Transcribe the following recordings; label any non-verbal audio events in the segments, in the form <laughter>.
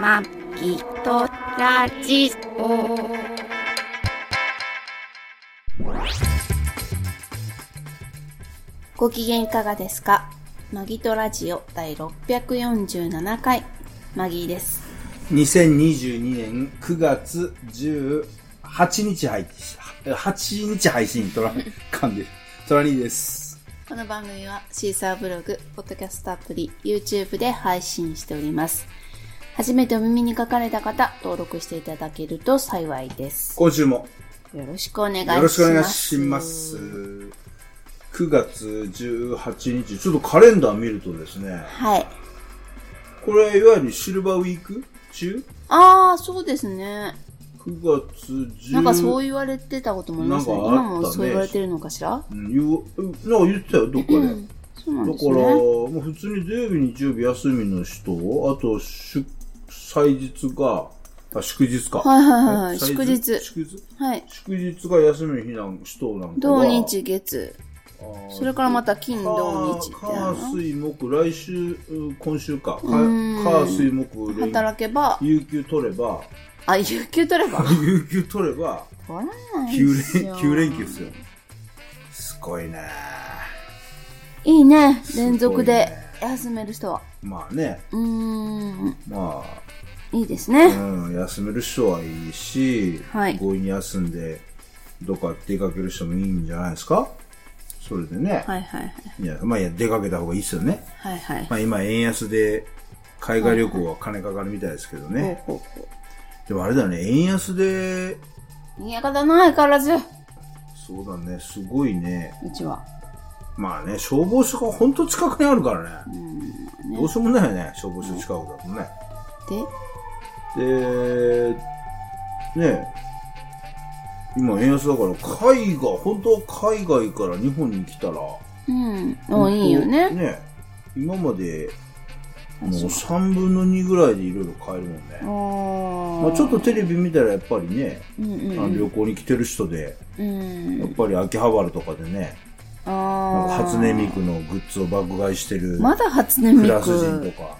まきとラジオ。ご機嫌いかがですかマギトラジオ第647回、マギーです。 2022年9月18日配信、8日配信、トラ、噛んでる。トラニーです。この番組はシーサーブログ、ポッドキャストアプリ、YouTube で配信しております。初めてお耳に書かかれた方、登録していただけると幸いです。今週もよろしくお願いします。よろしくお願いします。9月18日、ちょっとカレンダー見るとですね、はい。これいわゆるシルバーウィーク中ああ、そうですね。 ?9 月10なんかそう言われてたこともありますね。なんかあった今ねもそう言われてるのかしらうん言ううんなんか言ってたよ、どっかで。 <laughs> そうなんだでかすら、ね。もう普通に土曜日、日曜日休みの人、あと、祝、祭日が、あ、祝日か。はいはいはいはいえ祭祝日祝日はい。祝日が休みの日なん人なんか土は、日月。それからまた金土日って火、あ火るの水、木、来週、うん今週か。かうん火、水、木、連働けば、有給取れば、 <laughs> あ、有給取れば有給取れば、取らない9っすよ連、九連休っすよ。すごいね。いいね。すごいね連続で休める人は。まあね、うーん。まあ、いいですね。うん、休める人はいいし、はい強引に休んで、どっか出かける人もいいんじゃないですかそれでね。はいはいはい。い、や、まあいや、出かけた方がいいですよね。はいはい。まあ今、円安で、海外旅行は金かかるみたいですけどね。ほうほうほでもあれだね、円安で、う。にやかだな、相変わらず。うそうだね、すごいね。ちは。まあね、消防署がほんと近くにあるからね。どうしようもないよね、消防署近くだとね。で、で、ね今円安だから、海外、本当は海外から日本に来たら、うん。おいいよね。ね今まで、もう3分の2ぐらいでいろいろ買えるもんね。おーまあ、ちょっとテレビ見たらやっぱりね、うんうあんの旅行に来てる人で、うん。やっぱり秋葉原とかでね、なんかああ。初音ミクのグッズを爆買いしてるまだ初音フミランス人ク。とか。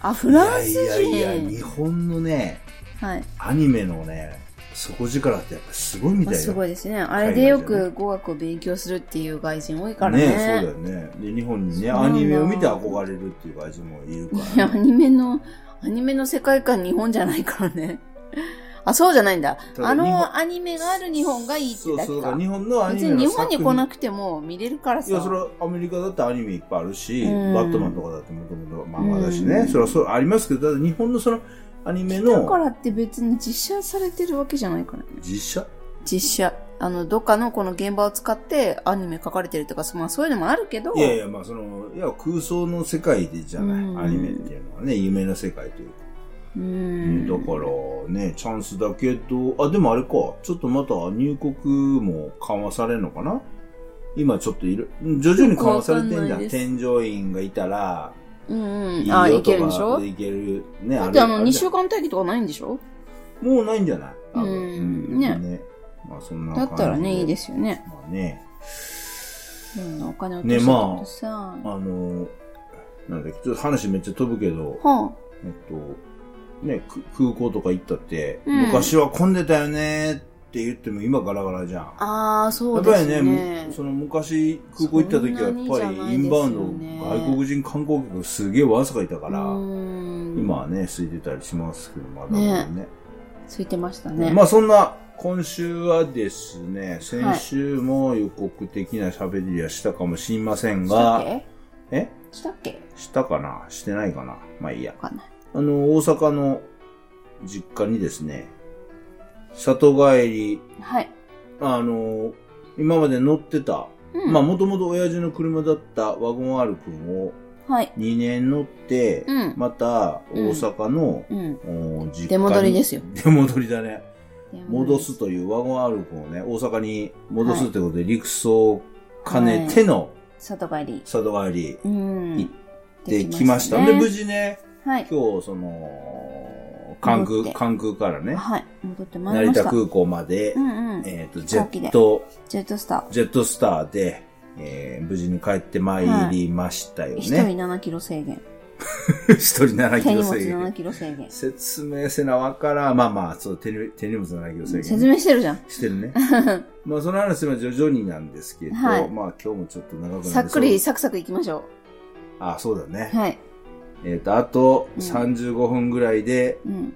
あ、フランス人。いやいやいや、日本のね、はい。アニメのね、底力ってやっぱすごいみまたあ、いすよご。いですね。あれでよく語学を勉強するっていう外人多いからね。ねそうだよね。で、日本にね、うなんアだニメを見て憧れるっていう外人もいるかいやら、アね。ニメの、アニメの世界観日本じゃないからね。 <laughs> あ、そうじゃないんだ。ただあ日本のアニメがある日本がいいってそうだけそうだからか。日本のアニ別メにの日作本に品来なくても見れるからさ。いや、それはアメリカだってアニメいっぱいあるし、うんバットマンとかだってもともと漫画だしね、うんそれはそうありますけど、ただ日本のそのアニメだかのらって別に実写されてるわけじゃないからね。実写実写。あの、どっかのこの現場を使ってアニメ書かれてるとか、そまあそういうのもあるけど。いやいや、まあその、いや空想の世界でじゃない、うんアニメっていうのはね、夢の世界というか。うねん。だからね、チャンスだけど、あ、でもあれか、ちょっとまた入国も緩和されるのかな今ちょっといる、うん徐々に緩和されてよくんわかんだない。です添乗員がいたら、うんいうん。いあ、よいとけかるんでしょでいけるね、だってあの、れ2じゃ週間待機とかないんでしょんもうないんじゃない多分うんうんねまあそんなだ感じ。ったらね、いいですすよね。まあね、いろんなお金を落ねとしてまあことさ。あの、なんだっけ、ちょっと話めっちゃ飛ぶけど、はえっと、ね、く空港とか行ったって、うん昔は混んでたよねって言っても今ガラガラじゃん。あ、あーそやうっぱでりすね、ねむ。その昔空港行った時はやっぱりインバウそんなにじゃないンですドよね外国人観光客すげえわずかいたから、うん今はね、空いてたりしますけど、まだまだね。ついてましたね。まあそんな、今週はですね、先週も予告的な喋りはしたかもしれませんが、したっけえしたっけしたかなしてないかなまあいいや。わかんない。あの、大阪の実家にですね、里帰り、はい。あの、今まで乗ってた、うんまあもともと親父の車だったワゴン R 君をはい。 2年乗って、うんまた大阪の、うん。お実家に出戻りですよ。出戻りだね。戻すというワゴン R 君をね、大阪に戻すということで、陸送兼ねての里帰り。里帰りうん。行できました。ねで、無事ね、はい。今日、その、関戻って空、関空からね、はい。戻ってまいり成まし田た。空港まで、うんうん。ジえっ、と、飛ジェ行機でット、ェットスタジェットスターで、えー無事に帰ってまいりましたよー。一ね。人7キロ制限。一人7手キ荷ロ物制7限。キロ制限。説明せなわからん、まあまあ、そう、手に手荷物7キロ制限。説明してるじゃん。し <laughs> てるね。まあ、その話は徐々になんですけど、はいまあ、今日もちょっと長くなりそうさっくりサクサクいきましょあ、そうだね。う。はい。えっ、と、あとうん35分ぐらいで、うん。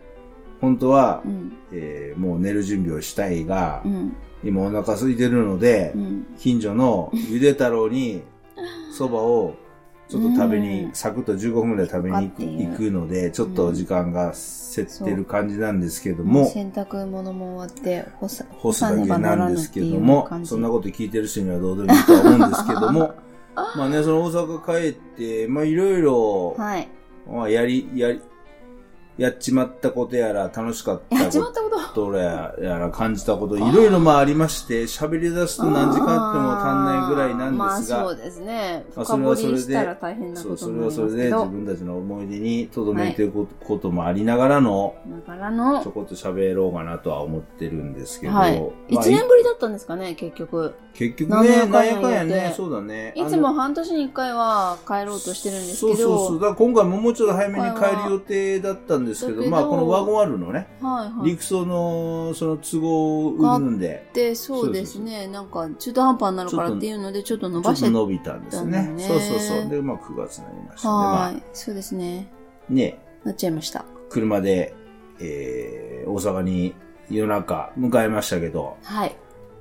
本当はう、ん。えーもう寝る準備をしたいが、うん。今お腹空いてるので、うん。近所のゆで太郎に、そばを、ちょっと食べに、うんサクッと15分ぐらい食べに行く行行くくので、ちょっと時間が競ってる感じなんですけども、洗濯物も終わって、干さ、干すだけなんですけど干さねばならもぬ、そんなこと聞いてる人にはどうでもいいとは思うんですけど <laughs> も、まあね、その大阪帰って、まあいろいろ、はい。まあやり、やり、やっちまったことやら、楽しかっやたっちまこったこと。とやら、感じたこと、いろいろまあありまして、喋り出すと何時間あっても足んないぐらいなんですまあそがう、ですね。まあ深それは掘それでりしたら大変なそこう、とそにれなりはますそれでけ自ど。分たちの思い出に留めていくこともありながらの、だからのちょ、こっと喋ろうかなとは思ってるんですけど、はい。まあ1年ぶりだったんですかね、結局。結な局んね、やなかんやんやかんや言っねて、そうだね。いつも半年に1回は帰ろうとしてるんですけど、そうそうそう。だから今回ももうちょっと早めに今回帰はる予定だったんですけだど、けどまあこのワゴンあるのね、はいはい。陸送のその都合をうんで、で、そうですね、なんか中途半端になるからっていうので、ちょっと伸ちょばっしてと伸びたんですだねよ。ねそうそうそう。で、まあ9月になりましたね。まはあい、そうですね。ね、なっちゃいました。車で、えー、大阪に夜中向かいましたけど、はい。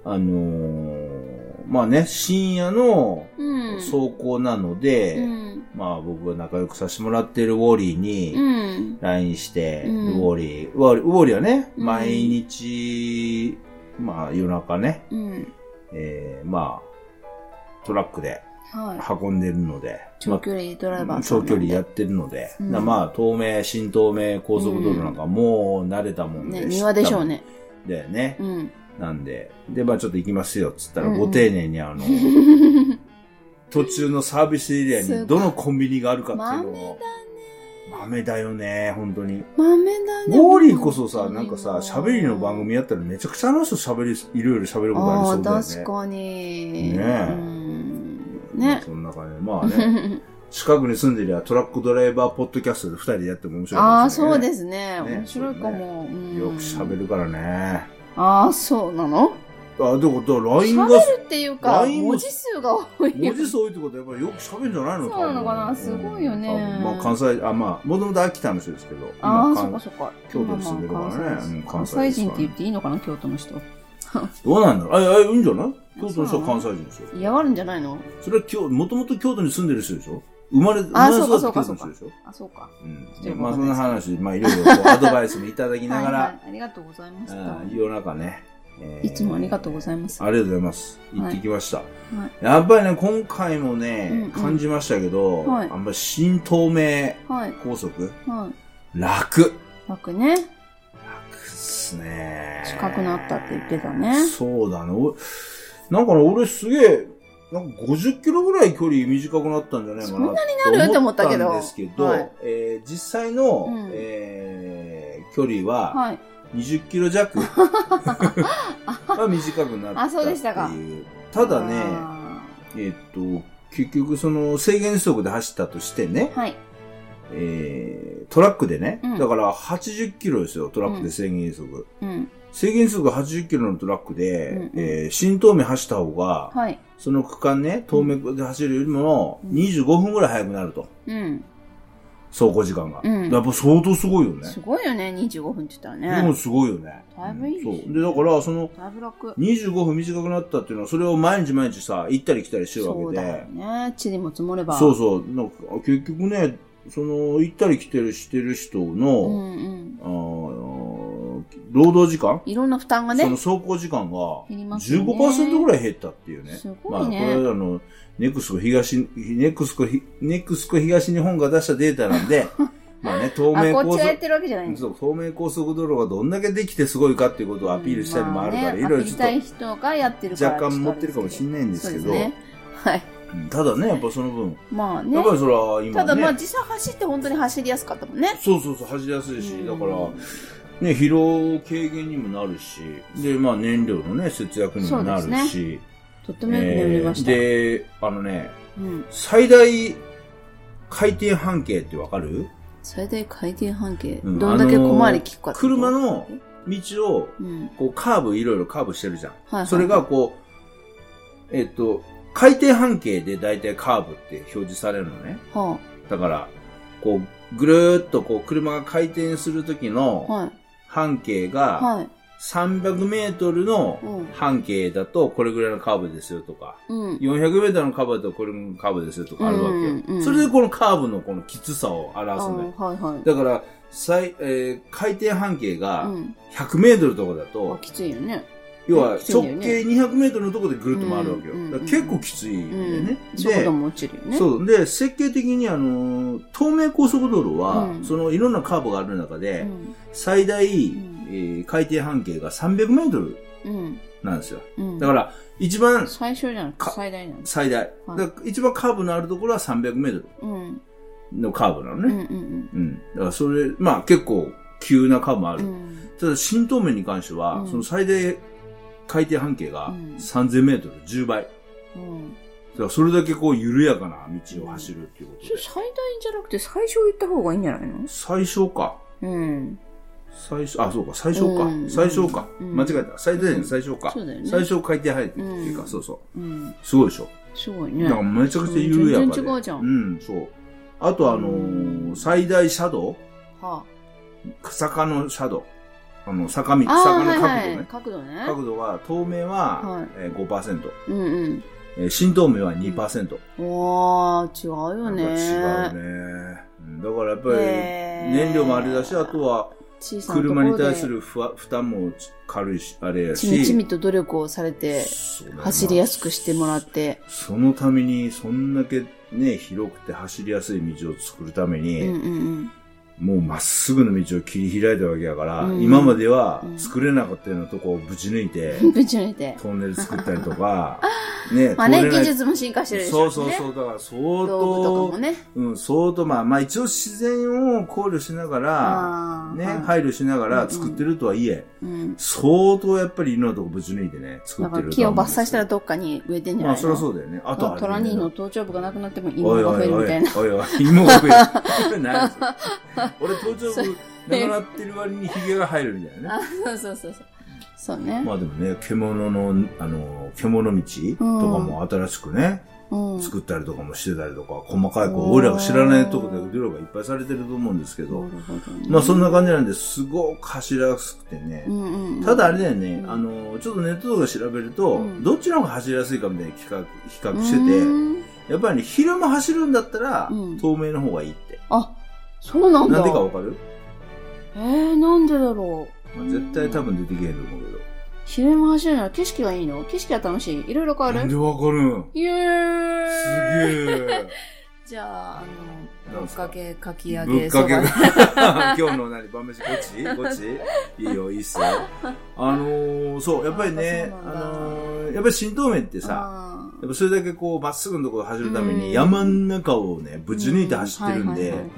あのーまあね、深夜のうん。走行なのうで、ん。まあ僕が仲良くさせてもらってるウォーリーに、うん。 LINE して、うんウォーリー、ウォーリー、ウォーリーはね、うん毎日、まあ夜中ね、うん。えー、まあ、トラックではい。運んでるので、ま長距離ドライバー、あ、長距離やってるので、うんなまあ、東名、新東名高速道路なんかもう慣れたもんで、ね、庭でしょうね。ね。だよねう。ん。なんで、で、まあちょっと行きますよ、っつったら、うんご丁寧にあの、途中のサービスエリアすごいにどのコンビニがあるかって <laughs> いう豆のだねを、豆だよね、本当に。 <laughs> 豆だね。モーリーこそさ、なんかさ、本当喋にりの番組やったらめちゃくちゃあの人喋り、いろいろ喋ることありあそあ、うだよね。確かに。ねえうん。ね。そんな感じで。ま <laughs> あね、近くに住んでりゃトラックドライバーポッドキャストで二人でやっても面白いあかあ、もしれそなういね、ですね。ね面白いかも。うんよく喋るからね。ああ、そうなのあ、でも、だから LINE が、喋るっていうか、 LINE が文字数が多いよ文字数多いってことはやっぱりよく喋るんじゃないのそうなのかな多分すごいよね多分まあ関西、あ、まあ、もともと秋田の人ですけど、ああ、そっか関そっか。京都に住んでるからねまあまあうん関関西西関で西す人っからねて言っていいのかな、京都の人。どうなんだろうあいや、いいんじゃない京都の人は関西人でしょ。嫌がるんじゃないのそれは京、もともと京都に住んでる人でしょ生まれ、生あまーれそうか育そうっかた京そ都うかの人でしょあ、そうか。うんちょっでとまあわかそんんなない話、まあいろいろこうアドバイスもいただきなが <laughs> はいらはい、ありがとうございましあーた。夜中ね、えーいつもありがとうございます。ありがとうございます。い行ってきました。はやっぱりね、今回もね、うんうん感じましたけど、はいあんまり新東名はい、高速、はい。楽。楽ね。楽っすね。近くなったって言ってたねそうだね。おなんかね、俺すげえ、なんか50キロぐらい距離短くなったんじゃないかそなんなになると思ったけどと思ったんですけど、はいえー実際の、うんえー距離は、はい。 20キ <laughs> ロ弱は短くなったあそうでっしてたかいう。ただね、あえっと、結局その制限速で走ったとしてねー、はい。えー、トラックでね、うんだから80キロですよ、トラックで制限速。うん。制限速80キロのトラックで、うんうんえー新東名走った方が、はい。その区間ね、東名で走るよりもうん25分ぐらい速くなると。うん。走行時間が。うんやっぱ相当すごいよね。すごいよね、25分って言ったでらもね。すごいよね。だいぶいいしそう。で、だから、その、だいぶ楽。 25分短くなったっていうのは、それを毎日毎日さ、行ったり来たりしてるそわうけだでよ。ね。地にも積もれば。そうそうなんか結局ね、その、行ったり来てるしてる人うの、んうん。あー労働時間、いろんな負担がそのね。走行時間が減りますね15%ぐらい減ったっていうね。すごいねまあ、これはあの、ネクスコ東、ネクスコひ、ネクスコ東日本が出したデータなん <laughs> で、まあね、透あ、明こっ高ちがやっ速、てるわけじゃないんですそう、透明高速道路がどんだけできてすごいかっていうことをアピールしたりもあるから、まねいろいろちょっとアピールしたい人がやってるから若干持ってるかもしれないんですけどそうねはいただね、やっぱその分、まあやねっぱりそれは今ね。ただまあ実際走って本当に走りやすかったもんねそうそうそう、走りやすいし、うんだから、ね、疲労軽減にもなるし、で、まあ燃料のね、節約にもなそうでるすし、とってもよく眠りました、えーで、あのね、うん最大回転半径ってわかる最大回転半径、うんどんだけ小回り効くかあのー車の道を、うん。こう、カーブ、いろいろカーブしてるじゃん。はいはいそれが、こう、えっと、回転半径で大体カーブって表示されるのね。はだから、こう、ぐるーっとこう、車が回転する時あ、のはい。半径が、はい。 300メートルうんの半径だとこれぐらいのカーブですよとか、うん。 400メートルのカーブだとこれぐらいのカーブですよとかあるわけよ。うんうんうんそれでこのカーブのこのきつさを表あすのよ。ーはいはい。だから、最、えー回転半径がうん。 100メートルとかだと、あ、きついよね。要はきつい直んだよね径200メートルのところでぐるっと回るわけよ。うんうんうんだから結構きついんだよね。うん。で速度も落ちるよね。う。そう。で、設計的にあのー、東名高速道路は、うんそのいろんなカーブがある中で、ん。最大、んえー回転半径が300メートルうん。なんですよ。うん。だから、一番最小じゃなくてか最大なんです。最大。はいだから一番カーブのあるところは300メートうん。ルのカーブなのうんね。うんうん。だからそれ、まあ結構急なカーブもあうん。うる。ん。ただ、新東名に関しては、うんその最大回転半径がうん3000メートル、10倍。だうん。からそれだけこう緩やかな道を走るっていうことそでれ。最大じゃなくて最小言った方がいいんじゃないの最小か。うん。最小、あ、そうか、最小かう。ん最小か。うん間違えた。最大限最小かそうだよ。ね最小回転半径っていううか、んそうそう。うん。すごいでしょ。すごいだね。からめちゃくちゃ緩やかで。全然違うじゃんうん、そう。あとあのうー、ん最大斜度は坂のシャドウ。あの、坂道、あ。あ坂あ、のは角い度はね。い。角度ね。角度は、透明は、はいえー5%、うんうん。えー新透明は2%。おー、違うよね。なんか違うね。うんだからやっぱり、へー燃料もあれだし、あとは、小さなとこ車ろでに対する負わ負担も軽いし、あれやちみちし、みと努力をされて、そうだね走りやすくしてもらって。そのために、そんだけね、広くて走りやすい道を作るためうんうんに、うん。もうまっすぐの道を切り開いたわけやから、うん今まではうん作れなかったようなとこをぶち抜 <laughs> いて、ぶち抜いて。トンネル作ったりと <laughs> か、ね、まあね、通れない技術も進化してるでしそょうそううそね。う、だから相道具とかも当、ね。うん、相当、まあ、まあ一応自然を考慮しながら、あーね、はい。配慮しながら作ってるとはいえ、うん。相当やっぱりいろんなとこぶち抜いてね、作だっかてらる木とはを思う伐んです採したらどっかに植えてんじゃまなあいそのりゃそうだよね。あとはあれトラニーの頭頂部がなくなっても芋が増えるみたいな。おいおいおい芋が増える。これ何俺、頭頂部なくなってる割にヒゲが生えるみたいなね。あ、そうそうそうそう。そうね。まあでもね、獣の、あの、獣道とかも新しくね、うん。作ったりとかもしてたりとか、細かい、こう、俺らが知らないところで努力がいっぱいされてると思うんですけど、なるほどねまあそんな感じなんで、すごく走りやすくてねう、んうんうんただあれだよねう、んあの、ちょっとネットとか調べると、うんどっちの方が走りやすいかみたいな比較、比較しうてーんて、やっぱりね、昼間走るんだったら、うん透明の方がいいって。あ、そうなんだ。なんでかわかる、えー、なんでだろう。まあ、絶対多分出てけへんと思うけど。昼間走るなら景色がいいの景色が楽しいいろいろ変わなんるでわかるんイエーイすげえ。じゃあ、あの、なんぶっすかかけ、かき揚ぶげ、っかけそばが。今日の何晩飯こっちこっちいいよ、いいっすよ。あのー、そう、やっぱりね、あそうあなんだのー、やっぱり新東名ってさ、あーやっぱそれだけこう、まっすぐのところを走るためうんに、山の中をね、ぶち抜いて走ってるんうはいはいはいでは、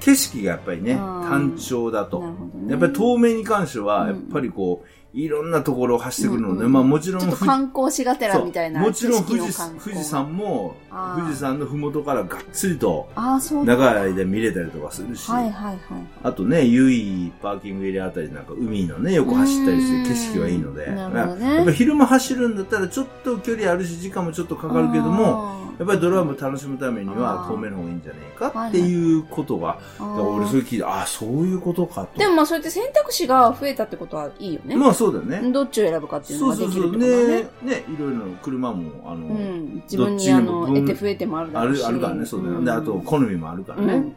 景色がやっぱりね、あー単調だいとな。るほどねやっぱり透明に関してうんは、やっぱりこう、いろんなところを走ってくるのうんで、うんまあもちろんちょっと富士、観光しがてらみたいな。そうもちろん富景士色の観光富士。山もあ、ー富士山のふもとからがっつりと、ああ、そうだ。長い間見れたりとかするし、はいはいはい。あとね、由比パーキングエリアあたりなんか海のね、横走ったりうんして景色はいいので、なるほどねやっぱ昼間走るんだったらちょっと距離あるし、時間もちょっとかかるけども、もやっぱりドライブ楽しむためにはあー透明の方がいいんじゃないかっていうことが、だから俺それ聞いて、ああ、そういうことかと。でもまあそうやって選択肢が増えたってことはいいよね。まあそうだよね。どっちを選ぶかっていうのそうがそできるっうそう。てことだねね。、ね、いろいろな車も、あの、うん、自どっちに分もにあの分得て増えてもあるだあろうしる、あるからね、そうだよね。で、あと、好みもあるからね。うん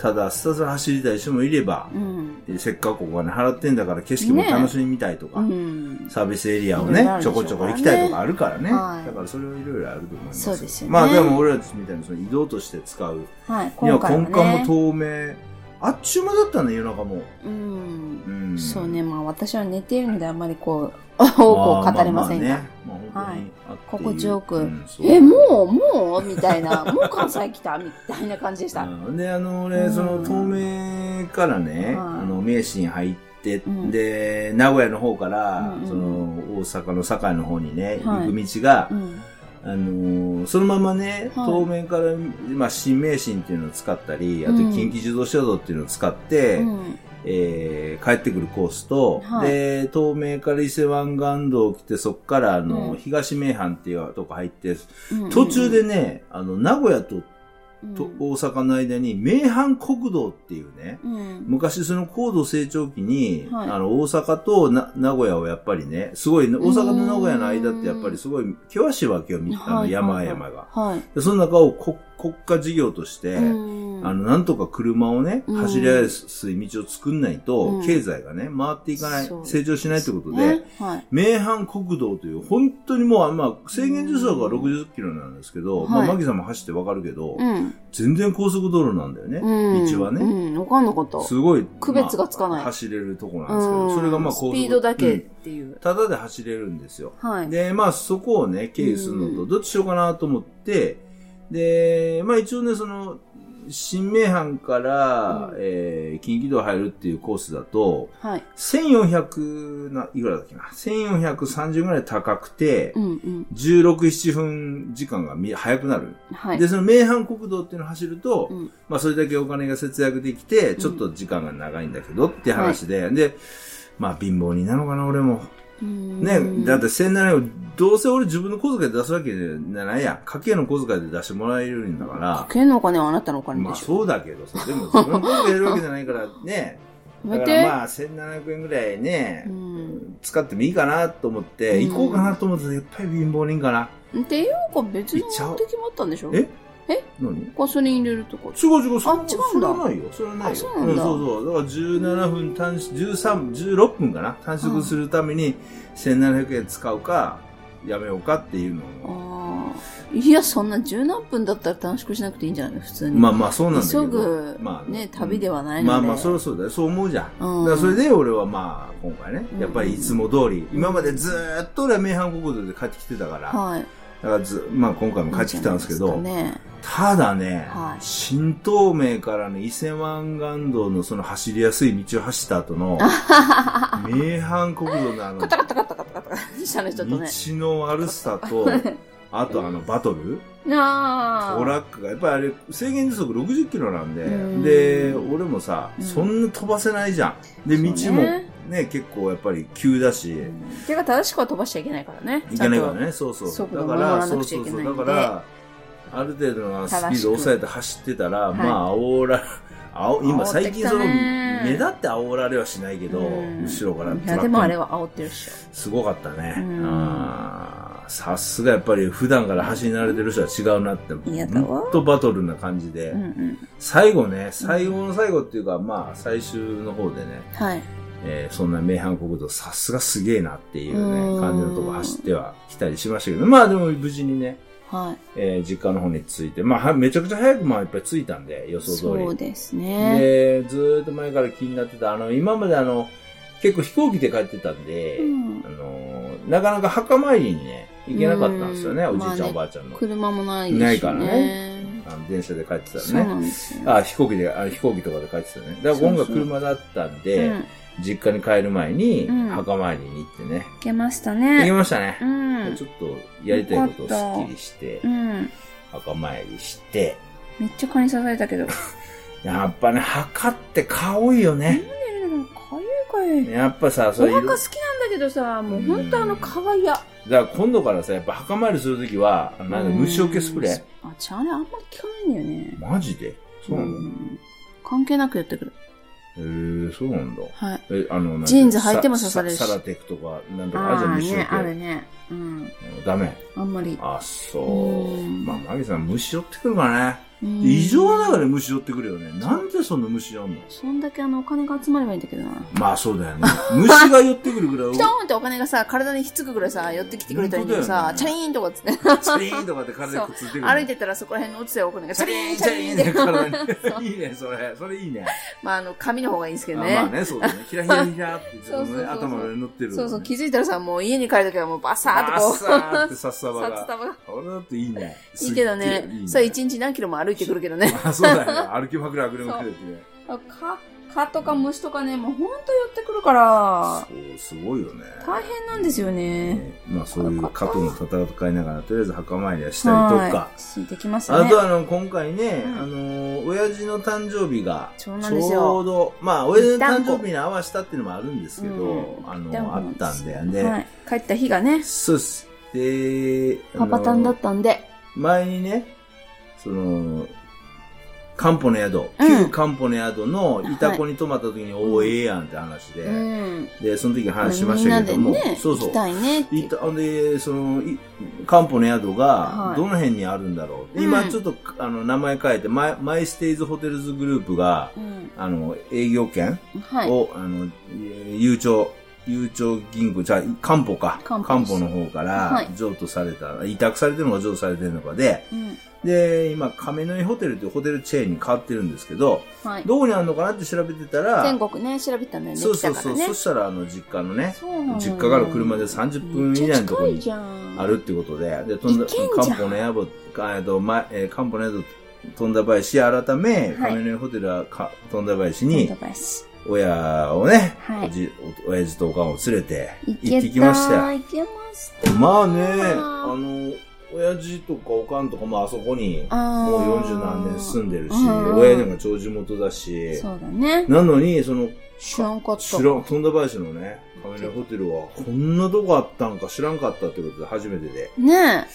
ただ、スタスタ走りたい人もいれば、うんえせっかくお金払ってんだから景色も楽しみたいとか、うんサービスエリアをいろいねろあるでちしょょうかこらねちょこ行きたいとかあるからね、はいだからそれはいろいろあると思いますそうですよねまあでも俺らみたいにその移動として使うはいには今回は根ね幹も透明あっちゅう間だったね夜中も、うんうん、そうねまあ私は寝ているのであんまりこう多くを語れませんが、あーまあまあねまあ本当にあっていうはい心地よくうんそうえもうもうみたいな <laughs> もう関西来たみたいな感じでした、うんであの俺、うんその東名からね、はいあの名神入って、うんで名古屋の方から、うんうんその大阪の堺の方にね、はい行く道が、うんああのーそのままね、はい当面から、まあ、新名神っていうのを使ったり、あとうん近畿自動車道っていうのを使って、うんえー帰ってくるコースと、はいで、東名から伊勢湾岸道を来て、そこから、あの、うん東名阪っていうとこ入って、うん途中でね、あの、名古屋とうんと大阪の間に、名阪国道っていうね、うん昔その高度成長期に、はいあの、大阪とな名古屋をやっぱりね、すごい、大阪と名古屋の間ってやっぱりすごい険しいわけよ、あのはい山はい々が。はいでその中を国国家事業として、うんあの、なんとか車をね、うん走りやすい道を作んないと、うん経済がね、回っていかないそ、う成長しないということで、ねはい名阪国道という、本当にもう、まあ、制限時速が60キロなんですけど、はいまあ、マギさんも走ってわかるけど、うん全然高速道路なんだよね、うん道はね。うん分かんなかったすごい、区別がつかないまあ走れるとこなんですけど、うんそれがまあ高ス速ピードだけっうんていうただで走れるんですよ。はいで、まあそこをね、経由するのうと、どっちしようかなと思って、で、まあ一応ね、その、新名阪から、うんえー近畿道入るっていうコースだと、はい1400な、いくらだっけな、1430ぐらい高くてう、んうん16、7分時間がみ早くなる。はいで、その名阪国道っていうのを走ると、うんまあそれだけお金が節約できて、ちょっと時間が長いんだけどって話で、で、まあ貧乏になるのかな、俺も。ね、だって1700どうせ俺自分の小遣いで出すわけじゃないやん。家計の小遣いで出してもらえるんだかかけんのお金はあなたのおら。金まあでしょそうだけどさ、でも自分の小遣い出るわけじゃないからね。やだめからてまあ1700円ぐらいねう、ん使ってもいいかなと思って、うん行こうかなと思ってたらやっぱり貧乏人かな。っていうか別に持って決まったんでしょええ何ガソリン入れるとこ違う違う、それあ違うんだそれはないよ。それはないよ。あそうなんだそうそう。だから17分短縮、13、16分かな短縮するために1700円使うか、やめようかっていうのを。ああいやそんな十何分だったら短縮しなくていいんじゃない普通にまあまあそうなんだけど。急ぐ、まあね、旅ではないので、まあまあ、それはそうだよ。そう思うじゃん。うんだからそれで俺はまあ、今回ねう、んやっぱりいつも通り、今までずーっと俺は名阪国道で帰ってきてたから、はい、だからず、まあ今回も帰ってきたんですけど、いいんじゃないですかね、ただね、はい新東名からね、伊勢湾岸道のその走りやすい道を走った <laughs> 後の、名阪国道のあの、カタカタカタカタカタカタしたねちょっと道ねの悪さ <laughs> と、あとあのバトル、あトラックが、やっぱりあれ、制限時速60キロなんで、うんで、俺もさ、うんそんな飛ばせないじゃん。で、そうね道もね、結構やっぱり急だし、てか正しくは飛ばしちゃいけないからねいけないからねね、そうそう。速だ度もか守ら、らそなうくちゃそいけうないんそでう。だから、ある程度のスピードを抑えて走ってたら、正しくまあ、煽ら、煽今煽って最き近たその、ね目立って煽られはしないけど、うん後ろからいやでもあれはは煽ってるっしょすごかったね。うんあーさすがやっぱり普段から走り慣れてる人は違うなって、いやだわほんとバトルな感じで、うんうん最後ね、最後の最後っていうか、まあ、最終の方でね、はいえーそんな名阪国道、さすがすげえなっていううね、ん感じのとこ走ってはきたりしましたけど、まあでも無事にね、はいえー実家の方に着いて、まあはめちゃくちゃ早くまあいっぱい着いたんで、予想通そうり。ですねで、ずーっと前から気になってた、あの、今まであの、結構飛行機で帰ってたんで、うんあのー、なかなか墓参りにね、行けなかったんですよね、うおんじいちゃん、まあねおばあちゃんの。車もないですないしからねあの電車で帰ってたそうらなね。んですよあ、飛行機で、あの飛行機とかで帰ってたね。だから今そ回うそう車だったんうで、ん、行実家に帰る前に、うん墓参りに行ってね、けました行きねましたねう。んちょっとやりたよいことをすかったっきりしてう、ん墓参りして、めっちゃ蚊に刺されたけどやっぱね、墓って顔いいよね。かゆいかゆいやっぱさ、<laughs> そおれい腹好きなんろ、だかだけどさもうほんとあの皮やら今度からさ、やっぱ墓参りするときは、あのなんか虫除けスプレーうんあちゃうねあんまり効かないんだよねマジでそうなの、ん関係なくやってくるへえそうなんだ。はいえ、あの、なんかジーンズ履いても刺されるしササラテクとか、なんとかあるじゃあん、あ虫除ねあるけ。ねうんダメ。あんまりあ、そう。うんまあ、マギさん、虫寄ってくるからね。うん異常な中で虫寄ってくるよね。なんでそんな虫寄んのそんだけあのお金が集まればいいんだけどなまあそうだよね。虫が寄ってくるぐ <laughs> らい、ピトーンってお金がさ体にひっつくぐらいさ寄ってきてくれたり本当だよさねチャリーンとかっつってチャリーンとかって体にくっついてくる。歩いてたらそこら辺に落ちてお金がチャリーンチャリーンっチャてリーンって体に。いいね、それ。それいいね。まああの紙の方がいいんですけあどまあねね、そうだね。ひらひらひらって、ちょっとそうそうそうね、そう頭の上に乗ってる。そうそう気づいたらさもう家に帰るときはもうバサーッとこうバサーって札束札が。束がこれだっていいね。いいけどすっげえねいいそれ一日何キロも歩いてくるけどね <laughs> あそうだよね。歩きまくる、歩きまくるってね。蚊、蚊とか虫とかね、もうほんと寄ってくるから、そう、すごいよね。大変なんですよね。ねまあそういう過去の戦いながら、とりあえず墓参りはしたりとかは。いしできますあねと。あの、今回ね、うんあの、親父の誕生日が、ちそょううなんですよど、まあ、親父の一旦誕こう生日に合わせたっていうのもあるんですけど、うんあ一旦この、うあったんだよね。はい。帰った日がね、そうっす。で、あパのパタンだったんで。前にね、その、カンポの宿、うん旧カンポの宿のいたこに泊まった時に、おお、ええやんって話で、うん。で、その時話しましたけども、みんなでね、そうそ行うき。たいねって。いたで、その、いカンポの宿はがい、どの辺にあるんだろう。うん今ちょっと、あの、名前変えて、マイマイステイズホテルズグループが、うん。あの、営業権はい。を、あの、ゆうちょう、ゆうちょう銀行、じゃあ、カンポか。カンポカンポの方かはらい譲渡された、委託されてるのか譲渡されてるのかで、うん。で、今、亀の井ホテルっていうホテルチェーンに変わってるんですけど、はい。どこにあるのかなって調べてたら、全国ね、調べたんだよね。そうそう来たそかう、らねそしたら、あの、実家のね、そうなのよ実家から車で30分以内のところにめっちゃ近いじゃんあるってことで、で、飛んだ、いけんじゃん漢方の宿、かえっと、ま、えー、漢方の宿、富田林、改め、はい亀の井ホテルはか、富田林富に、田林親をね、はいおじ、お親父とおかんを連れて、行けた行ってきましたよ。行けましたまあね、あーあの、親父とかおかんとかもあそこに、あもうー40何年住んでるし、うん親なんか長寿元だし、そうだねなのに、その、知らんかった知らん、富田林のね、亀の井ホテルは、こんなとこあったんか知らんかったってことで初めてで。ね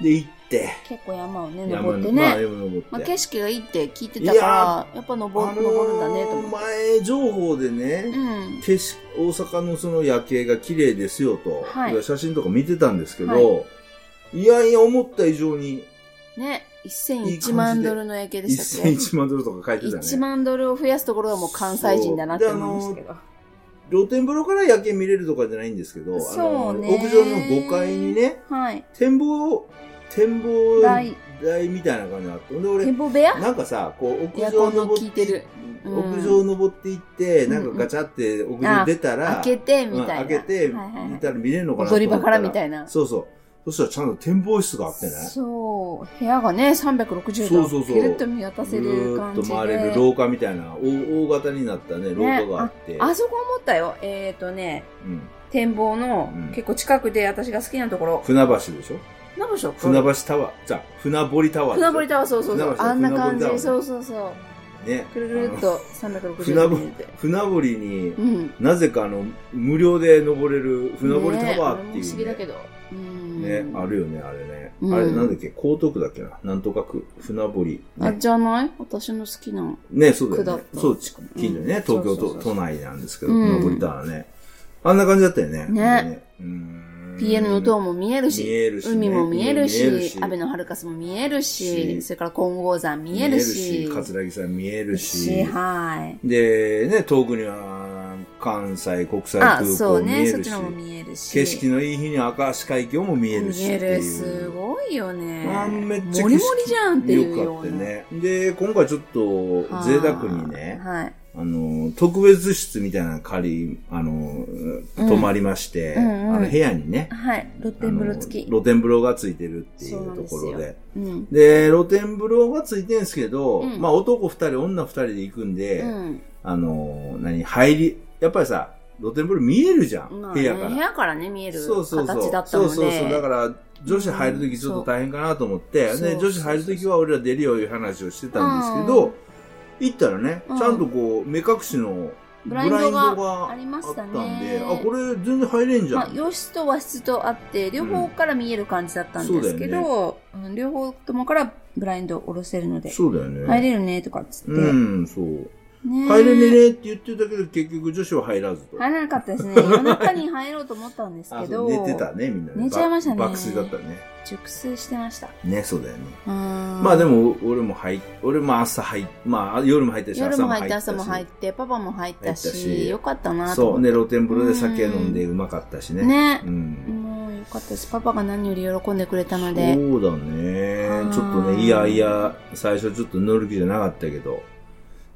で、行って、え結構山をね山登っての、ね、まあ、まあ山登って。景色がいいって聞いてたからやっぱ登,、登るんだねとあのー思って、前情報でね、うん景色大阪のその夜景が綺麗ですよと、はいいや写真とか見てたんですけど、い、やいや思った以上にね1001万ドルの夜景でしたっけ1001万ドルとか書いてた1ね万ドルを増やすところはもう関西人だなって思いましたけど、露天風呂から夜景見れるとかじゃないんですけどあのそうね屋上の5階にねはい展望展望台台みたいな感じがあってほんで俺展望部屋なんかさ、こう、エア屋コ上ンの登効いってるうん屋上登っていって、うんなんかガチャって屋上出たら、開けてみうんたいな、開けて、はいはいは見いたら見れるのかなと踊り思った場からみたいなそうそう。そしたらちゃんと展望室があってね。そう部屋がね360そう度そうそうぐるっと見渡ぐせるー感じっとで回れる廊下みたいな、大大型になったね、廊ね下があって。あそこ思ったよえっ、ー、とねうん、展望のうん結構近くで私が好きなところ、船橋でしょ何でしょう船橋タワー。じゃあ、船堀タワーでし船ょ。堀タワーそうそうそう船橋だあんな感じ船堀タそワうそうそうね。くるるっあの。と360度見えて船堀に、うんなぜかあの、無料で登れる船堀タワーっていう、ねあれもね。不思議だけどうんね、あるよね、あれね。うんあれなんだっけ、江東区だっけな。なんとか区、船堀。あね、じゃない私の好きなねそうだ下よっね。たそう、近近所にね、東京そうそう都そう都内なんですけど、うん船堀タワーね。あんな感じだったよね。ねなんかねうーん PL の塔も見えるし見えるしね海も見えるし見えるし阿部のハルカスも見えるししそれから金剛山見えるし桂木さん見えるしし。はいで、ね、遠くには、関西国際あ空そ港う見えねそっるちし、のも見えるし景色のいい日には明石海峡も見えるし見ってえいう。るすごいよねあめっちゃ景色もりもりじゃんっていうよよかっうたなね。で、今回ちょっとは、い贅沢にね、はいあの、特別室みたいなの借り、あの、うん泊まりまして、うんうんあの部屋にね、はい露あの天風呂付き露天風呂がついてるっていそうなうんとですこよろで。うんで、露天風呂がついてるんですけど、うんまあ男二人、女二人で行くんで、うんあの、何、入り、やっぱりさ、露天風呂見えるじゃん、まあ部ね屋から。部屋からね見えるそうそうそう形だったそのうでそうそうだから女子入るときちょっと大変かなと思って、うんそうでそう女子入るときは俺ら出るよいう話をしてたんですけど、うん行ったらね、うんちゃんとこう目隠しのブブラライインンドドががああっりましたたんねで、あこれ全然入れんじゃん、まあ、洋室と和室とあって両方から見える感じだったんうんですけど、うん両方ともからブラインドを下ろせるのでそうだよね入れるねとかっつって、うんそうね入れねえねって言ってたけど結局女子は入らずと入らなかった <laughs> ですね夜中に入ろうと思ったんですあけそどう寝てたねみんなね寝ちゃいましたねば爆睡だったね熟睡してましたねそうだよねままあでも俺も入っ俺も朝入っまあ夜も入ったし夜も入って朝朝もも入入っったしてパパも入ったし入ったしよかったなとそう思っね露天風呂で酒飲んでうまかったしてねねう、ん、もうよかったですパパが何より喜んでくれたそのうでだねーちょっとねいやいや最初ちょっと乗る気じゃなかったけど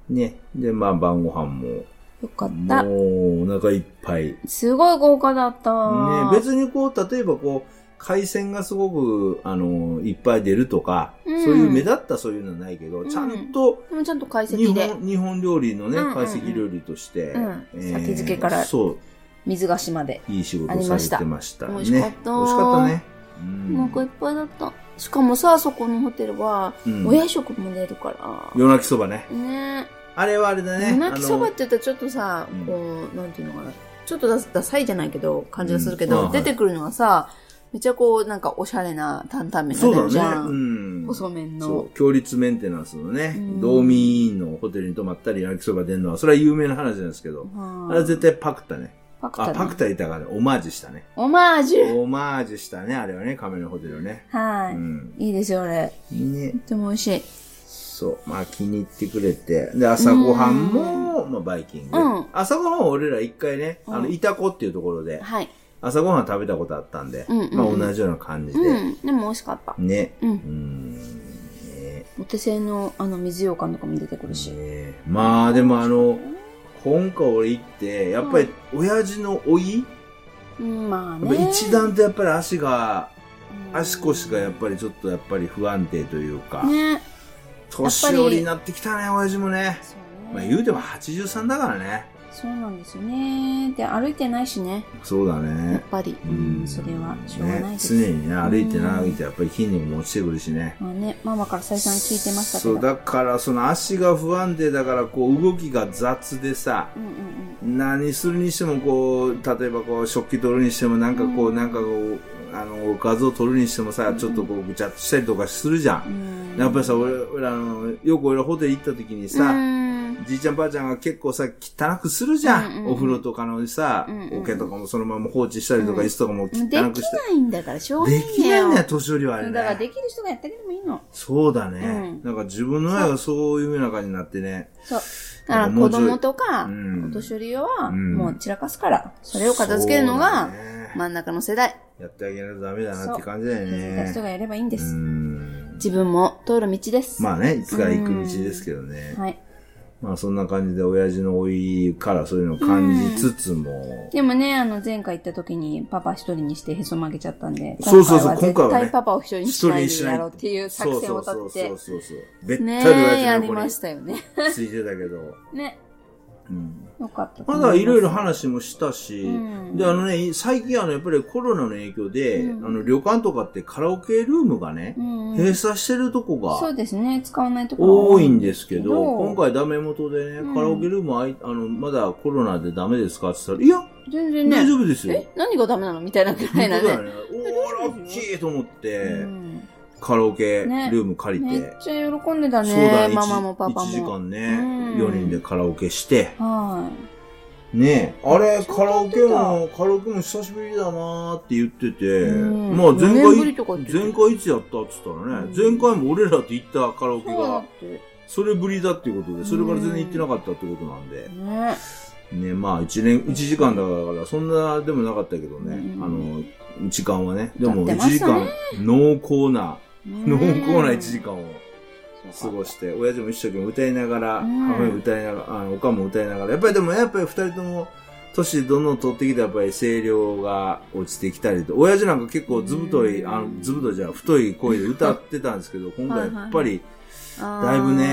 ねでまあ晩ご飯もよかったもうお腹いっぱいねすごい豪華だったわ別にこう例えばこう回線がすごく、あの、いっぱい出るとか、うんそういう目立ったそういうのはないけど、んちゃんと、でもちゃんと解日析で本、日本料理のね、うんうんうん懐石料理として、うんえー先付けからそう、水菓子まで。いい仕事されてましたね。ありました美味しかった美味しかったね。うんお腹いっぱいだった。しかもさ、そこのホテルは、うんお夜食も出るから。夜泣きそばね。ねあれはあれだえ。ね。夜泣きそばっあて言ったらちょっとさうん、こう、なんていうのかな。ちょっとダダサいじゃないけど、感じがするけうんど、あー出てくるのはさ、めっちゃこう、なんかおしゃれな担々の麺が出そうるじゃ。だね。うんん。細麺そのう、。強立メンテナンスのね、うんドーミーインのホテルに泊まったり焼きそば出るのは、それは有名な話なんですけど、ああれは絶対パクったね。パクタあ、だパクタいたからオマージュしたね。オマージュオマージュしたね、あれはね、カメラホテルをね。はうん。い。いいですよ、あれ。いいね。とても美味しい。そう。まあ気に入ってくれて。で、朝ごはんも、まあバイキング。うん朝ごはんは俺ら一回ね、あの、うんイタコっていうところで、はい。朝ごはん食べたことあったんで、うんうんまあ同じような感じで。うん。でも美味しかった。ね。うんん。ねお手製の、あの、水羊羹とかも出てくるし。ねまあでもあの、今回俺行って、やっぱり親父の老い、うん、まあやっぱね。一段とやっぱり足が、うん足腰がやっぱりちょっとやっぱり不安定というか、ね。年寄りになってきたね、親父もね。そうね。まあ言うても83だからね。そうなんですよね。で、歩いてないしね。そうだやっね。ぱり。うん、それは、しょうがないねで常す。にね、歩いてないとやっぱり筋肉も落ちてくるしね。まあね、ママから再三聞いてましたけそど。う、だからその足が不安定だからこう動きが雑でさ、うんうんうん。何するにしてもこう例えばこう食器取るにしてもなんかこう、なんかこうあの画像取るにしてもさ、うんちょっとこうぐちゃっとしたりとかするじゃん、うんやっぱりさ俺俺あのよく俺らホテル行った時にさ、うんじいちゃんばあちゃんが結構さ汚くするじゃん、うんうんうんお風呂とかのさ、うんうんうん桶とかもそのまま放置したりとか、うん椅子とかも汚できなくして、いんだから、しょうがないでんだよ。きないんだよ年寄りはあれだねから、できる人がやってあげてもいいの。そうだね、うんなんか自分の親がそういうふうな感じになってねそう。だから子供とか、うんお年寄りは、うんもう散らかすから、それを片付けるのそうがだ、ね真ん中の世代。やってあげないとダメだなって感じだよ気づいたね人。がやればいいんでうす。ん。自分も通る道です。まあね、いつか行く道ですけどね。はい。まあそんな感じで親父の老いからそういうのを感じつつも、でもね、あの、前回行った時にパパ一人にしてへそ曲げちゃったんで、そうそうそう今今回回ははね絶対パパを一人にしないでやろうっていうそ作う戦そをうそ立うてそうそうそう。べったて、りね親え、や父のり横まにしたよね。ついてたけど。ね。うんよかったとま思ます。だいろいろ話もしたし、うんで、あのね、最近あの、やっぱりコロナの影響で、うんあの、旅館とかってカラオケルームがね、うんうん閉鎖してるとこが、そうですね、使わないところ多いんですけど、今回。回ダメ元でね、うんカラオケルームあいあの、まだコロナでダメですかって言ったら、いや、全然大ね、丈夫ですよ。え、何がダメなのみたいなぐら本いな当だよね。ね。おー、ラッキーと思って、うんカラオケルーム借りて。めっちゃ喜んでたそうだね、ね、ママもパパ1時も。間ね、うん4人でカラオケして。はねあれ、そうカラオケやも、カラオケも久しぶりだなーって言ってて、うんまあ前四年ぶり回、とかって言って前回いつやったって言ったらね、うん前回も俺らと行ったカラオい。ケそうだがっ、て。それぶりだっていうことで、それから全然行ってなかったってことなんで。ね。ね、まあ、一年、一時間だから、そんなでもなかったけどね、うんあの、時間はね。でも、経って一まし時たね間、濃厚な、濃厚な一時間。間を過そうかごして、親父も一生懸命歌いながら、うん母親も歌いながら、あの、おかんも歌いながら、やっぱりでも、やっぱり二人とも、年どんどん取ってきて、やっぱり声量が落ちてきたりと、親父なんか結構ずぶとい、うんあの、ずぶといじゃない太い声で歌ってたんですけど、今は回いはいやっぱり、だだいぶね、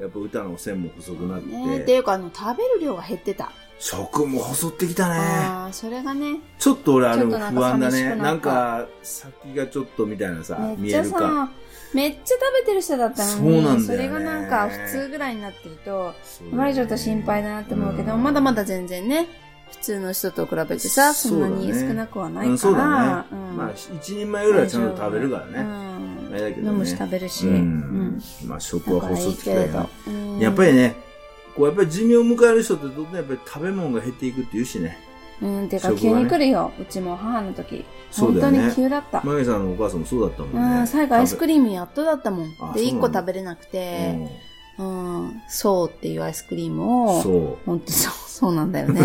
やっぱ歌の線も細くなっねってて、いうかあの食べる量が減ってた、食も細ってきたね。ああそれがねちょっと俺あれも不安だちょっね。とななんんかか、先がちょっとみたいなさ、めっ見ちえゃるか。さめっちゃ食べてる人だったのにそうなんだそよねれがなんか普通ぐらいになってるとそうだね生まれちょっと心配だなって思うけど、うんまだまだ全然ね普通の人と比べてさそんなにそうだね少なくはないから、うん、そうだね。うんまあ、一人前ぐらいはちゃんと食べるからね。あれだけうんど飲むねし。食べるし、ううんん。まあ、食はだから細いっいてきけたれよどな。、やっぱりりね、こうやっぱり寿命を迎える人ってどんどんやっぱり食べ物が減っていくっていうしね。うんてか食急はねに来るようちも母の時そう本だ当よにね。急だったマゲさんのお母さんもそうだったもんうね。ん、最後アイスクリリームやっとだったもん。あで、そう1なんだ個食べれなくて、ム。うん、そうっていうアイスクリームうんを、そ。ほんとそう、 <laughs> そうなんだよね。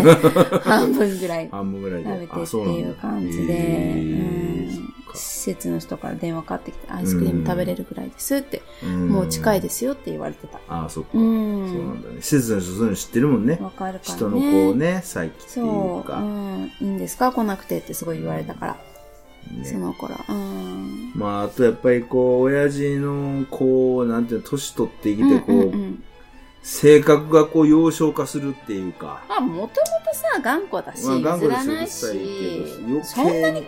半分ぐらいう半分ぐらい食べで。てってそうなんだいう感じへで、ーうんそっか施設の人から電話かかってきて、アイスクリーム食べれるぐらいですって、うんもう近いですよって言われてた。ああ、そっか。うそうなんん。だね。施設の人そういうの知ってるもんね。わかるからね。人のこうね、再起っていそうう、うか。ん、いいんですか来なくてってすごい言われたから。そね。の頃。うん。まあ、あとやっぱりこう、親父の、こう、なんていうの、年取ってきうんて、こう、うんうん性格がこう、幼少化するっていうか、まあ、もともとさ、頑固だし、まあ頑譲固でらすよないし、実際にそんなに変わらない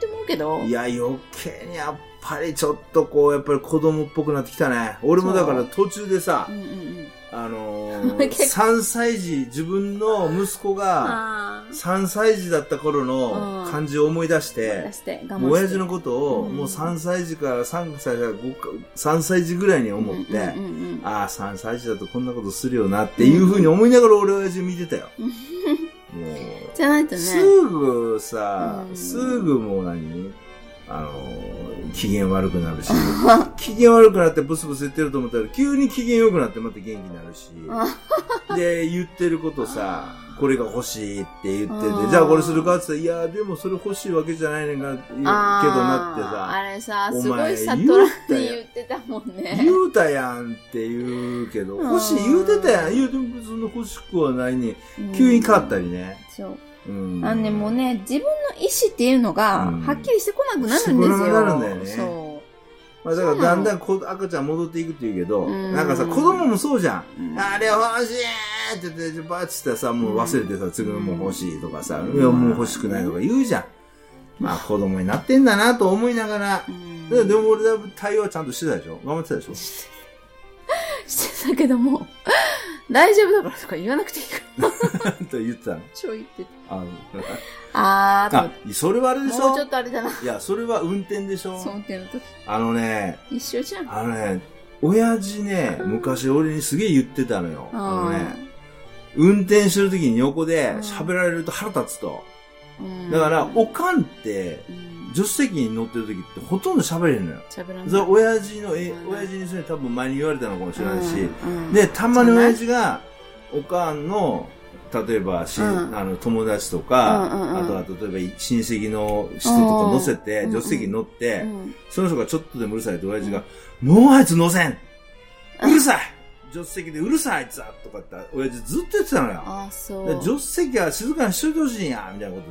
と思うけど、いや、余計にやっぱりちょっとこう、やっぱり子供っぽくなってきたね。俺もだから途中でさうん、うんうん。あの <laughs> 結3歳児、自分の息子がああ。 3歳児だった頃の感じを思い出し思いて出、して、我慢して。もう親父のことをうんもう3歳児から3歳児から5か3歳児ぐらいに思って、うんうんうんうんああ、3歳児だとこんなことするよなっていうふうに思いながら俺親父見て <laughs> たよ。うんもじゃないとう、ね。すぐさう、んすぐもう何あの、機嫌悪くなるし、 <laughs> 機嫌悪くなってブスブス言ってると思ったら急に機嫌良くなってまた元気にな <laughs> るし、で、言ってることさ、これが欲しいって言ってうんて、じゃあこれするかって言ったら、いや、でもそれ欲しいわけじゃないねんか、けどなってあーさ、あれさ、おすご前いさ、言うトランってたやん言ってたもんね。言うたやんって言うけど、うん欲しい言うてたやん。言うてもそんな欲しくはないね。うん急に変わったり。ね。そう。うん。あのね、もう。ね、自分の意思っていうのが、うんはっきりしてこなくなるんしてこでなすくよ。なるんだよねそまあだからだんだんこ赤ちゃん戻っていくって言うけど、うんなんかさ、子供もそうじゃん。う。うんあれ欲しいって言って、バーッつったらさ、もう忘れてさ、次のもう欲しいとかさ、うんいや、もう欲しくないとか言うじゃん。まあ子供になってんだなと思いながら、うんででも俺だいぶ対応はちゃんとしてたでしょ頑張ってたでしょしてたけども、 <laughs> 大丈夫だからとか言わなくていいから。と言ってたの。ちょいって。あのあーとあ、それはあれでしもょうちょっとあれだな。いや、それは運転でしょその点の時。あのね、一緒じゃん。あのね、親父ね、うん昔俺にすげえ言ってたのよ。あのね、ー運転してる時に横でうん喋られると腹立つと。うんだから、うんおかんって、助手席に乗ってる時ってほとんど喋れへんのよ。喋らないそれは親父の、えう、ん親父にそれ多分前に言われたのかもしれないし。うんうんで、たまに親父が、おかんの、例えば、しうんあの友達とうんうんか、うんあとは例えば親戚の人とか乗せて、うん助手席に乗って、うんその人がちょっとでもうるさいって親父が、もうあいつ乗せんうるさい助手席でうるさいあいつはとかって親父ずっと言ってたのよ。あーそうで助手席は静かにしといてほしいんやみたいなこと。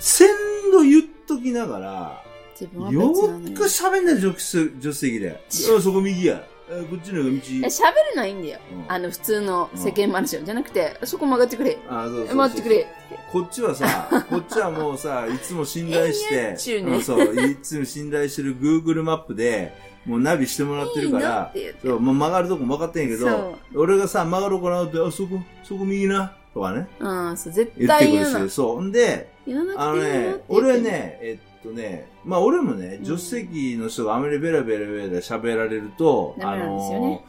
先度言っときながら、自分はよ別なのーよく喋んない助手助手席で。あそこ右や。あこっちの方がいや道。喋るのはいいんだよ。うんあの、普通の世間話よ。じゃなくて、そこ曲がってくれ。あそうそうそう待ってくれ。こっち <laughs> はさ、こっちはもうさ、いつも信頼し延々てっ、ちゅうねうんそう、いつも信頼してる Google マップで、もうナビしてもらってるかいいのらっ、て言って。そう、もう曲がるとこも分かってんやけど、俺がさ、曲がろうかなって、あ、そこ、そこ右な、とかね、うん、そう、絶言って対く言るうのし、。そう。んで、言わなあのくていいよっねて、言って俺。ね、えっとね、まあ俺もねう、ん助手席の人があまりベラベラベラ喋られると、ダあメなんですよのね、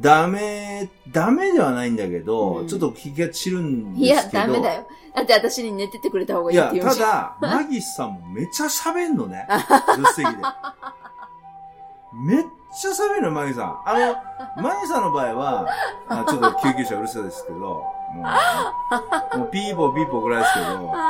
ダメ、ダメではないんだけど、うんちょっと気が散るんいでやす、けど。ダメだよ。だって私に寝ててくれた方がいいいっや、て言うたし。だ、マギスさんもめっちゃ喋んの <laughs> ね。助手席で。めっちゃ喋るの、マギさん。あの、マギさんの場合は、あちょっと救急車うるさいですけど、もう、もうピーポーピーポーぐらいですけど、あ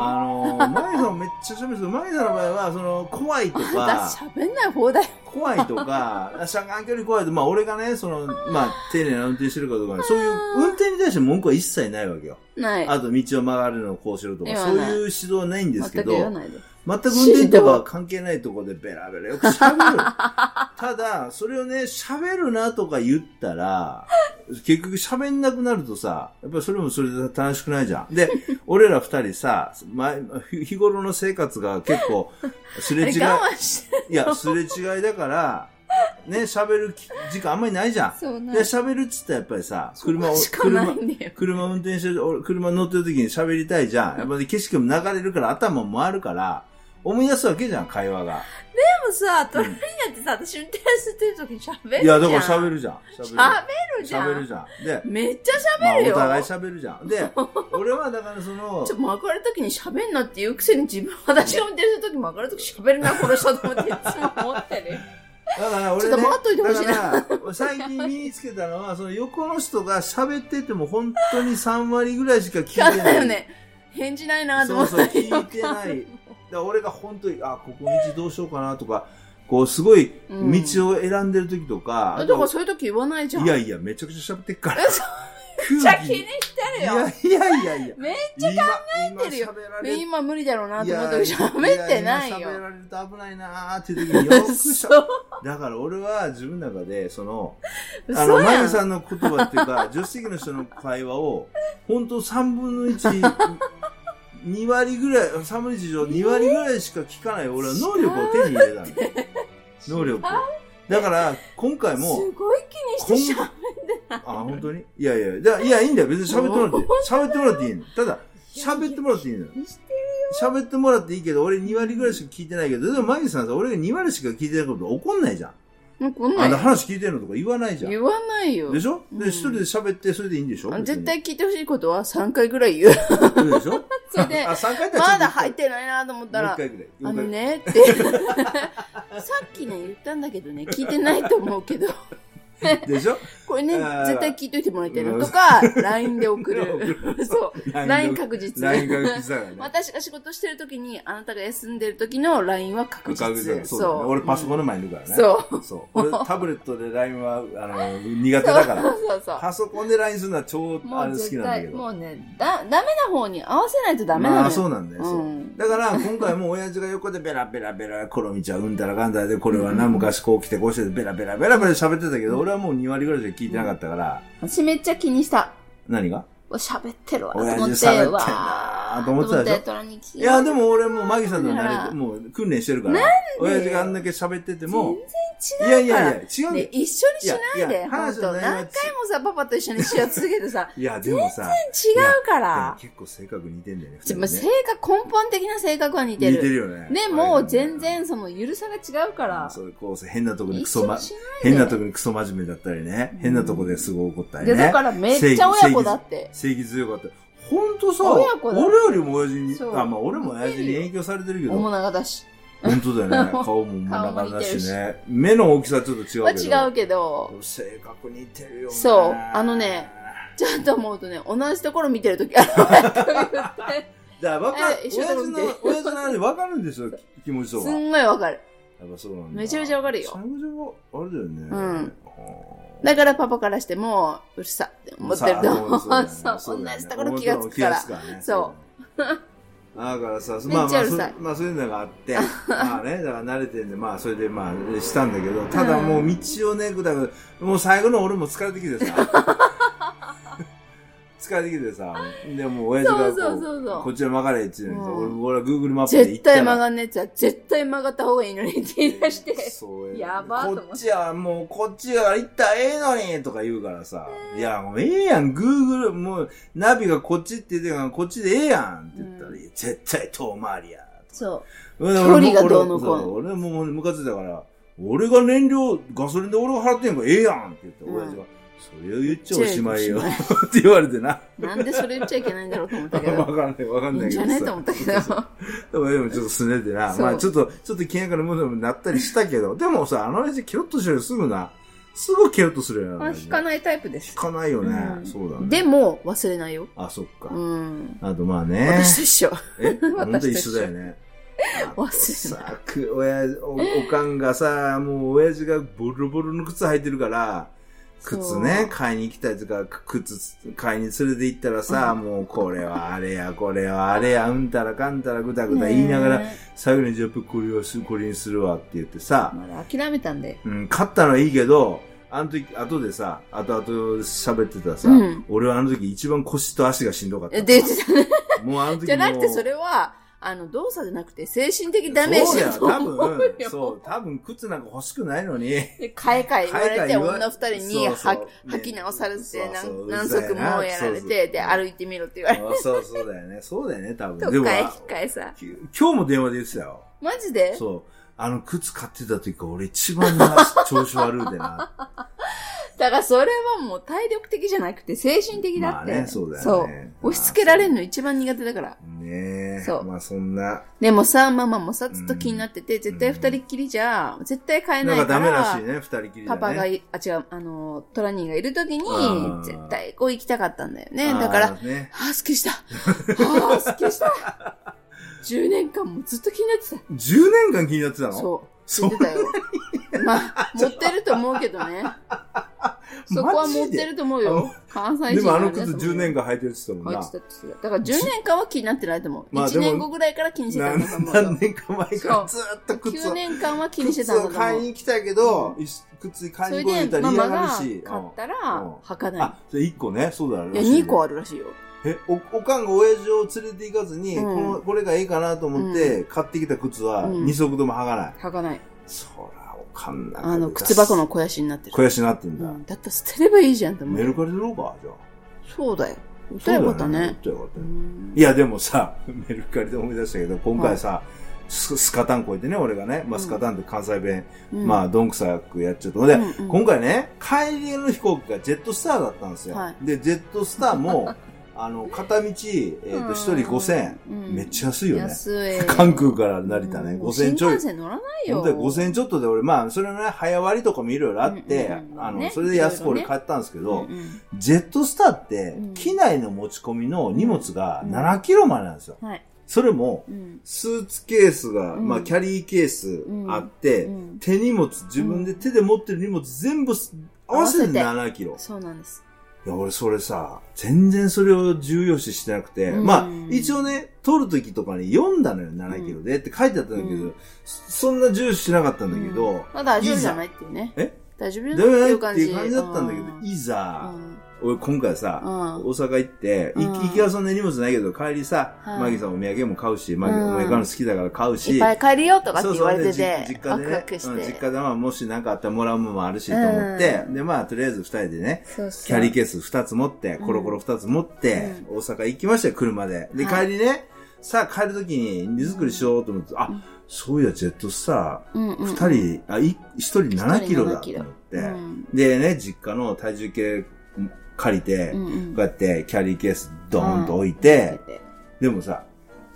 あの、マギさんめっちゃ喋るんですけど、マギさんの場合は、その、怖いとー、何か私、喋んない方だよ。怖いとか、車間距離怖いとか、まあ俺がね、その、まあ丁寧な運転してるかとか、そういう運転に対して文句は一切ないわけよ。ない。あと道を曲がるのをこうしろとか、言わそういないう指導はないんですけ全くど、言わないで。全く運転とか関係ないとこでベラベラよく喋 <laughs> る。ただ、それをね、喋るなとか言ったら、結局喋んなくなるとさ、やっぱりそれもそれで楽しくないじゃ <laughs> ん。で、俺ら二人さ、前、日日頃の生活が結構、すあれ違れい、我慢して。いや、すれ違いだから、ね、喋るき時間あんまりないじゃ。そうんなで、喋るっつったらやっぱりさ、車を、しかな車い、んだよ。車運転してる、俺車乗ってる時に喋りたいじゃん。やっぱり景色も流れるから頭も回るから、思い出すわけじゃん、会話が。でもさ、トラニアってさ、私運転してる時に喋るじゃん。いや、だから喋るじゃん。喋喋るじゃん。喋るじゃん。で、めっちゃまあ、喋るおよ。互い喋るじゃ <laughs> ん。で、俺はだからそのちょ、、曲がるときに喋んなって言うくせに自分、私が運転するとき曲がるとき喋るな、この人と思っていつも思ってる。だからち俺ょっね、と待っといてほしいなだから、最近身につけたのは、その横の人が喋ってても本当に3割ぐらいしか聞いて聞かなないい。よね。返事ないなと思ったそうそう聞いてないだから俺が本当に、あ、ここ道どうしようかなとか、こう、すごい道を選んでる時とか、だあかとらそういうとき言わないじゃん。いやいや、めちゃくちゃ喋ってっからえ。そ空めっちゃ気に気してるよ。いやいやいやいや。めっちゃ考えてるよ今喋られ今て無理だろうなと思ったいけやど、喋ってないや今喋よ。られると危ないなーっていう時によくしゃそうだから俺は自分の中で、その、あ嘘の、まやゆん。さんの言葉っていうか、助手席の人の会話を、本当3分 <laughs> の1、2割ぐらい、3分の1以上2割ぐらいしか聞かない俺は能力を手に入れたの。能力を。だから、今回も、すごい気にしてしゃあ、本当にいやいや、だいや、いいんだよ。別に喋ってもらって。喋ってもらっていいの。ただ、喋ってもらっていいの。べしてる。喋ってもらっていいけど、俺2割ぐらいしか聞いてないけど、でも、マギさんさ、俺が2割しか聞いてないこと怒んないじゃん。もうこんなあのん話聞いてるのとか言わないじゃん。言わないよで。しょうんで、一人で喋って、それでいいんでしょ別に絶対聞いてほしいことは3回ぐらい言う。そうでしょ <laughs> それであ、3回だまだ入っってないなと思ったたら。もうら一、回ぐらい。あものう一回ねって。さっきね、言ったんだけどね、聞いてないと思うけど、でしょこれね、あー絶対聞いといてもらいたいなとか、LINE で送る。そう。LINE 確確実。 LINE 確実だからね。私が仕事してる時に、あなたが休んでる時の LINE は <laughs> 確確実だよ実。そうだね。俺パソコンンの前にいるからね。。そうそう。俺タブレットで LINE は、あの、苦手だかそら。うそうそう。パソコンで LINE するのは超、もあうれ好き絶なんだけ対、ど。もうね、だ、ダメな方に合わせないとダメなのよ。まあそうなんだよ、そううんだから今回も親父が横でベラベラベラこの道はうんだらかんだらでこれはな昔こう来てこうしてベラベラベラベラ喋ってたけど、俺はもう2割ぐらいしか聞いてなかったから、私めっちゃ気にした。何がわ喋ってるわ、と親思って。父喋ってんわなーーと思ってたでしょと思っていやでも、も俺もうマギさんと慣れうてんもう訓練してるから親父があんだけ喋ってても全然い違うから。やいやいや違うんだねよ、一緒にしないいやいで、やほん話と。の何内容は、回もさ、パパと一緒にしよう続けてさいやでもさ違うかでもら。結構性格似てんだよねちょ二まあ人性ね格、根本的な性格は似似ててるる。よねでも、全然その、ゆるさが違うかあら。そうこう変なとこで一クソ緒まにしないで。変なとこにクソ真面目だったりね変なとこですごい怒ったりねで、だからめっちゃ親子だって。正義強かった。ほんとさ、親子だ俺よりも親父に、そうあ、まあ俺も親父に影響されてるけど、面ほ長だし。んとだよね。<laughs> 顔も顔も長似だてるししね。目の大きさちょっと違うけど。は違うけど。性格似てるよね。そうあのね。ちょっと思うとね、同じところ見てるとき、あの、え、一緒だと思っだからわかる親父のて、親父のあれわかるんですよ、き気持ちとすか。やっんごいわかる。ぱそうなんだ。めちゃめちゃわかるよ最後は、あれだよね。んあーだからパパからしても、うるさって <laughs> 思ってると思う。さあ <laughs> そう、だ同よねじところ気がつくから。。そそうだよね。だからさ、めまあっちまゃあうるさいそ、まあそういうのがあって、 <laughs> まあね、だから慣れてんで、まあそれでまあしたんだけど、ただもう道をね、ぐだぐだ、もう最後の俺も疲れてきてさ、 <laughs> 疲れてきてさ、でも親父がこうそうそうそうそうこっちは曲がれって言うのにさ、うん俺俺は Google マップで行絶ったら対曲がんねえやつは、絶対曲がった方がいいのにって言い出 <laughs> して。そうやばーと思ってこっちはもうこっちが行ったらええのにとか言うからさ、いやもうええやん、グーグル、もうナビがこっちって言ってたからこっちでええやんって言ったら、うんいや絶対遠回りや。そう。距距離がどうのこうの俺もうムカついたから、俺が燃料、ガソリンで俺が払ってんからええやんって言って、うん親父が、それを言っちゃおしまいよって言われてな。なんでそれ言っちゃいけないんだろうと思ったけ <laughs> わど。かんない、わかんいいなんいけじどゃさねえと思ったけど。でも、でもちょっとすねてな。そうまあちょっと、ちょっと気ながらものになったりしたけど、でもさ、あの親父ケロッとしろよ、すぐな。すぐケロッとするよまな。あ、引かい。ないタイプです引。かないよね。うんそうだね。でも、忘れないよ。あ、そっか。うん。あとまあね。私と一緒。え、ほん私とと一緒一緒だよね。忘れない。さあ、く、親父、お、おかんがさ、もう親父がボロボロの靴履いてるから、靴そねう、買いに来たりとか、く靴買いに連れて行ったらさ、もうこれはあれや、これはあれや、うんたらかんたらぐたぐた言いながら、ね最後にじゃあやっぱこれはすこれにするわって言ってさえ、まだ諦めたんで。うん、勝ったのはいいけど、あの時、後でさ、後々喋ってたさ、うん俺はあの時一番腰と足がしんどかっえ、た。で、言ってたね。もうあの時もうじゃなくて、それは、あの、動作じゃなくて、精神的ダメージだとそうだよ思多う分、よ。そう、多分靴なんか欲しくないのに。で買い替え言われ買い替えて、言われ女二人にそうそはうね履き直されて、なそうそうん何足もやられそうそうて、で、歩いてみろって言 <laughs> われて、あそうそうだよね。そうだよね、多分。とか、引き換えさ。き今日も電話で言ってたよ。マジでそう。あの靴買ってた時が俺一番な調子悪い <laughs> でな。だからそれはもう体力的じゃなくて、精神的だまっあて。ね、そうだそようね。押し付けられるの一番苦手だから。ねえ。そうまあそんな。でもさ、ママもさ、ずっと気になってて、絶対二人っきりじゃ、絶対買えななんいかかダメららしい。ね、二人きりだパね。パがい、あ、違う、あの、トラニーがいるときにうん、絶対こう行きたかったんだよね。あーだから、ね。あー、すっきり <laughs> した。あー、すっきりした。10年間もずっと気になって10年間気になってたた。のそそん言ってたよ。まあ、持ってると思うけど <laughs> ね。そこは持ってると思うよ。関西人でもあのれだ靴と思う10年間履いてるって言ってたもん入っなて。たって言ってただから10年間は気になってないと思う。まあで1も年後ぐらいから気にしてたんだと何思うよ。何年か前からずっと靴9を、年間は気にして靴たんだをと思。買いうに来たけど、いし靴そ買いれに来いでたらマ嫌マがるがし買。ったらうん履かあな、じゃあ1個ね、そうだい。いや、2個あるらしいよ。え、お、おかんが親父を連れて行かずに、うんこの、これがいいかなと思って、買ってきた靴は、うん二足とも履かない。履かない。そら、おかんなんかあの、靴箱の。肥やしになってる。悔しなってんうだ。んだったら捨てればいいじゃんと思メう。ルカリでろうか、じゃあ。そうだよ。売ったらよかったそうだよ売っね。たらよかったうねんいや、でもさ、メルカリで思い出したけど、今回さ、ススカタン超えてね、俺がね。まあ、うんスカタンって関西弁、うんまあ、どんくさくやっちゃった。で、うんうん今回ね、帰りの飛行機がジェットスターだったんですよ。はで、ジェットスターも、 <laughs> あの、片道、えっ、と、一人5000円。うんめっちゃ安いよね。安い。関空から成田ね、うん5000ちょ新い幹。線乗らないよ。本当に5000ちょっとで俺、まあ、それのね、早割りとかもいろいろあって、うんうんうんあの、ねそれで安く俺いろいろね買ったんですけど、うんうんジェットスターってうん、機内の持ち込みの荷物がうん7キロまでなんですよ。はい。それも、うんスーツケースが、うんまあ、キャリーケースあって、うん手荷物、自分で手で持ってる荷物全部す合わせて7キロ。そうなんです。いや、俺それさ、全然それを重要視してなくて、うんまあ、一応ね、撮る時とかに読んだのよ、7キロでって書いてあったんだけど、うんそそんな重視しなかったんだけど、うんまあ大丈夫じゃないっていうね。え大丈夫じゃだないっていようねっ感てじ。いう感じだったんだけうんど、いざ、う俺今回さ、ん。うん大阪行って、いうん行きはそんな荷物ないけど、帰りさ、はいマギさんお土産も買うし、マギ、うんお土産買うの好きだから買うし、いっぱい帰るよとかって言われてでじて、実ワ家でクねワクして。うん実家でまあもし何かあったらもらうものもあるしと思って、うんでまあとりあえず二人でね、そうそうキャリーケース2つ持って、うんコロコロ2つ持って、大阪行きましたよ、車で。で、はい帰りね、さあ帰るときに荷造りしようと思って、うあん、そういや、ジェットスタうんうー、ん。 2人、あ、い1人7キロだ1と人7思っうて。んでね、実家の体重計借りて、うこんうんうやってキャリーケースドーンと置いて、うんでもさ、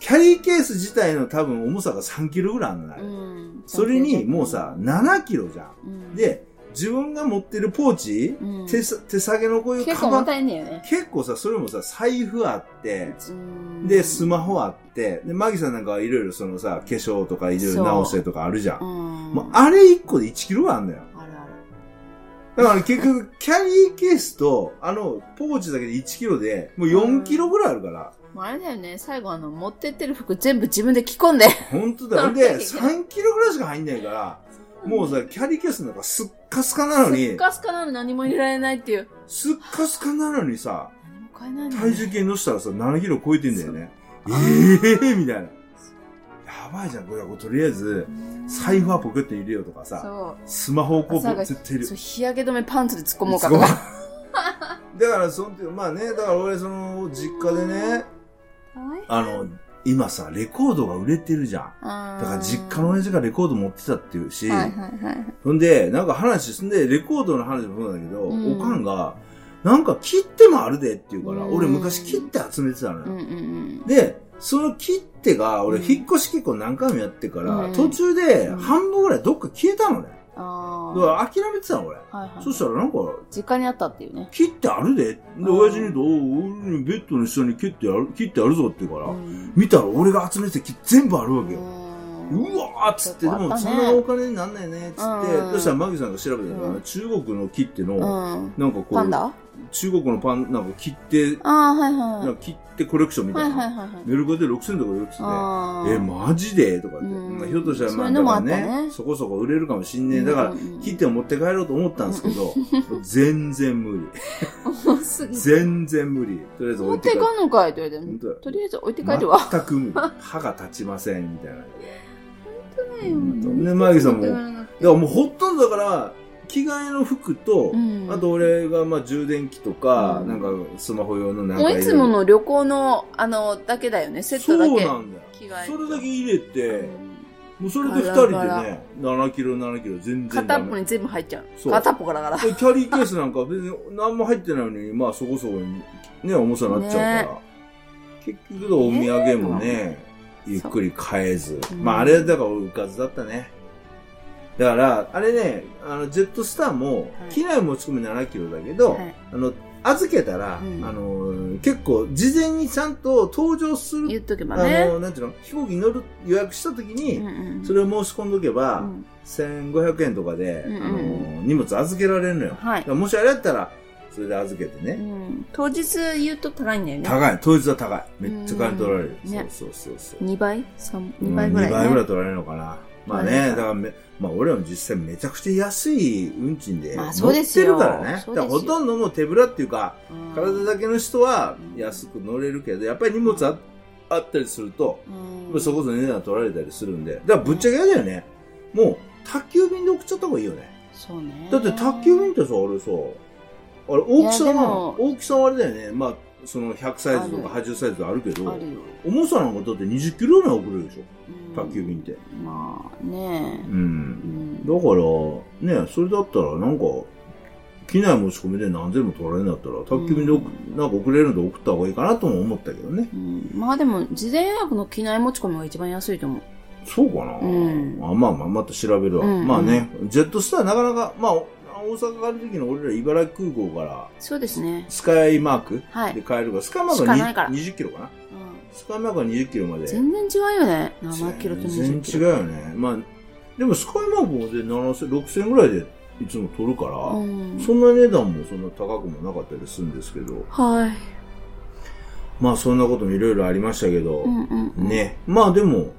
キャリーケース自体の多分重さが3キロぐらいあるのよあれうんそれにもう、さ、7キロじゃん。うん、で、自分が持ってるポーチ、うん手さ手提げのこういう結カ構バ重ンたいんだよね。結構さ、それもさ、財布あって、うんで、スマホあって、で、マギさんなんかはいろいろそのさ、化粧とかいろいろ直してとかあるじゃ。うんん。もうあれ1個で1キロはあんだよ。あるある。だから結局、キャリーケースと、あの、ポーチだけで1キロで、もう4キロぐらいあるから、もうあれだよね、最後あの、持ってってる服全部自分で着込んで。本当だよ。で、3キロぐらいしか入んないから、もうさ、キャリーケースなんかすっかすかなのスッに、カスカなのに何も入れられないっていう。すっかすかなのにさ、何も買えないの体重計乗したらさ、7キロ超えてんだよね。ええー、みたいな。やばいじゃん、これはこうとりあえず、財布はポケットに入れようとかさ、そスマホをこう、朝が絶対入う。れそるう、。日焼け止めパンツで突っ込もうかすとごいか。だから、その時、まあね、だから俺、その、実家でね、あの、今さ、レコードが売れてるじゃん。あだーから実家の親父がレコード持ってたっていうし、はいはいはい。ほんで、なんか話、すんで、レコードの話もそうだけど、うんおかんが、なんか切ってもあるでって言うから、うん俺昔切って集めてたのよ。うんうんうん。で、その切手が、俺、うん引っ越し結構何回もやってから、うん途中でうん半分ぐらいどっか消えたのね。あだあ。から諦めてたの、俺。はいはい。そしたらなんか、実家にあったっていうね。切手あるで。で、ん親父に言うと、おう俺にベッドの下に切手ある、切手あるぞって言うから、うん見たら俺が集めてた切手全部あるわけよ。ううわーっつっちて、でょっとあったもねそんなお金になんないねっつって、うんそしたらマギさんが調べたら、うん中国の切手の、うん。なんかこう、パンダ中国のパン、なんか切手、ああ、はいはいなんか切手コレクションみはたいい。はいな。はいはいはい。メルカリで6000とか言ってて、あーえ、マジでとかって、うんまあひょっとしたらまそういあうのもあっただねからそこそこ売れるかもしんねえ、だからうん <laughs> 切手を持って帰ろうと思ったんですけど、全然無重すぎ理て全然無理とりあえず持置っいてて帰いるかんのかいと言われ本当だて。とりあえず置いて帰るわ。全く無理歯が立ちませんみたいなだかうん当ねマギさん持っもて帰らなくてらもうほとんどだから着替えの服と、うんあと俺がまあ充電器とか、うんなんかスマホ用のなんもかういつもろの旅行の、あの、だけだよね。セいろットだけ。そうなんだよ着替えそとれだけ入れて、うんもうそれで2人でガラガね7キロ7キロ全然ダメ片っぽに全部入っちゃう。そう片っぽからだから。でキャリーケースなんか別に何も入ってないのに、まあそこそこにね、重さになっちゃうから。結局だお土産もね、ゆっくり買えず。そうまあうんあれだから俺浮かずだったね。だから、あれね、あの、ジェットスターもは、い機内持ち込み7キロだけど、はいあの、預けたら、うんあの、結構、事前にちゃんと搭乗する、言っとけばあねの、なんていうの、飛行機に乗る、予約した時に、うんうんそれを申し込んどけば、うん1500円とかで、うんうんあの、荷物預けられるのよ。はいだからもしあれやったら、それで預けてね。うん当日言うと高いんだよね高い。当日は高い。めっちゃ金取られる。うんねそうそうそうそう。 2倍三うん二倍ぐらい、ね二倍ぐらい取られるのかな。まあ取られね、だるからめ、まあ俺らも実際めちゃくちゃ安い運賃でま乗あそうでっすてるよからね。そうですよだからほとんどもう手ぶらっていうか、うん体だけの人は安く乗れるけど、やっぱり荷物ああったりすると、うんそれこそ値段取られたりするんで。だからぶっちゃけ嫌だよね。もう、宅急便で送っちゃった方がいいよね。そうねだって宅急便ってさ、あれさ、あれ大きさいやではも、大きさはあれだよね。まあ、その100サイズとかあ80サイズあるけどあ、るよ、重さなんかだって20キロぐらい送れるでしょ。うん宅急便ってまあねうえ、ん。んだから、ね、それだったらなんか、機内持ち込みで何千も取られるんだったら、宅急便で送なんか送れるんで送った方がいいかなとも思ったけどね。うんまあでも事前予約の機内持ち込みが一番安いと思うそうかな、うんあまあまあ、また調べるわ。うんうんまあね、ジェットスターなかなか、まあ、お大阪から時の俺ら茨城空港から、そうですね、スカイマークはいで帰るから、スカイマークしかないかはらに20キロかなうんスカイマークは20キロまで。全然違うよね7キロと20キロ全然違うよね。まあ、でもスカイマークで7000、6000ぐらいでいつも取るから、うんそんな値段もそんな高くもなかったりするんですけど、はいまあそんなこともいろいろありましたけど、うんうんうんね。まあでも、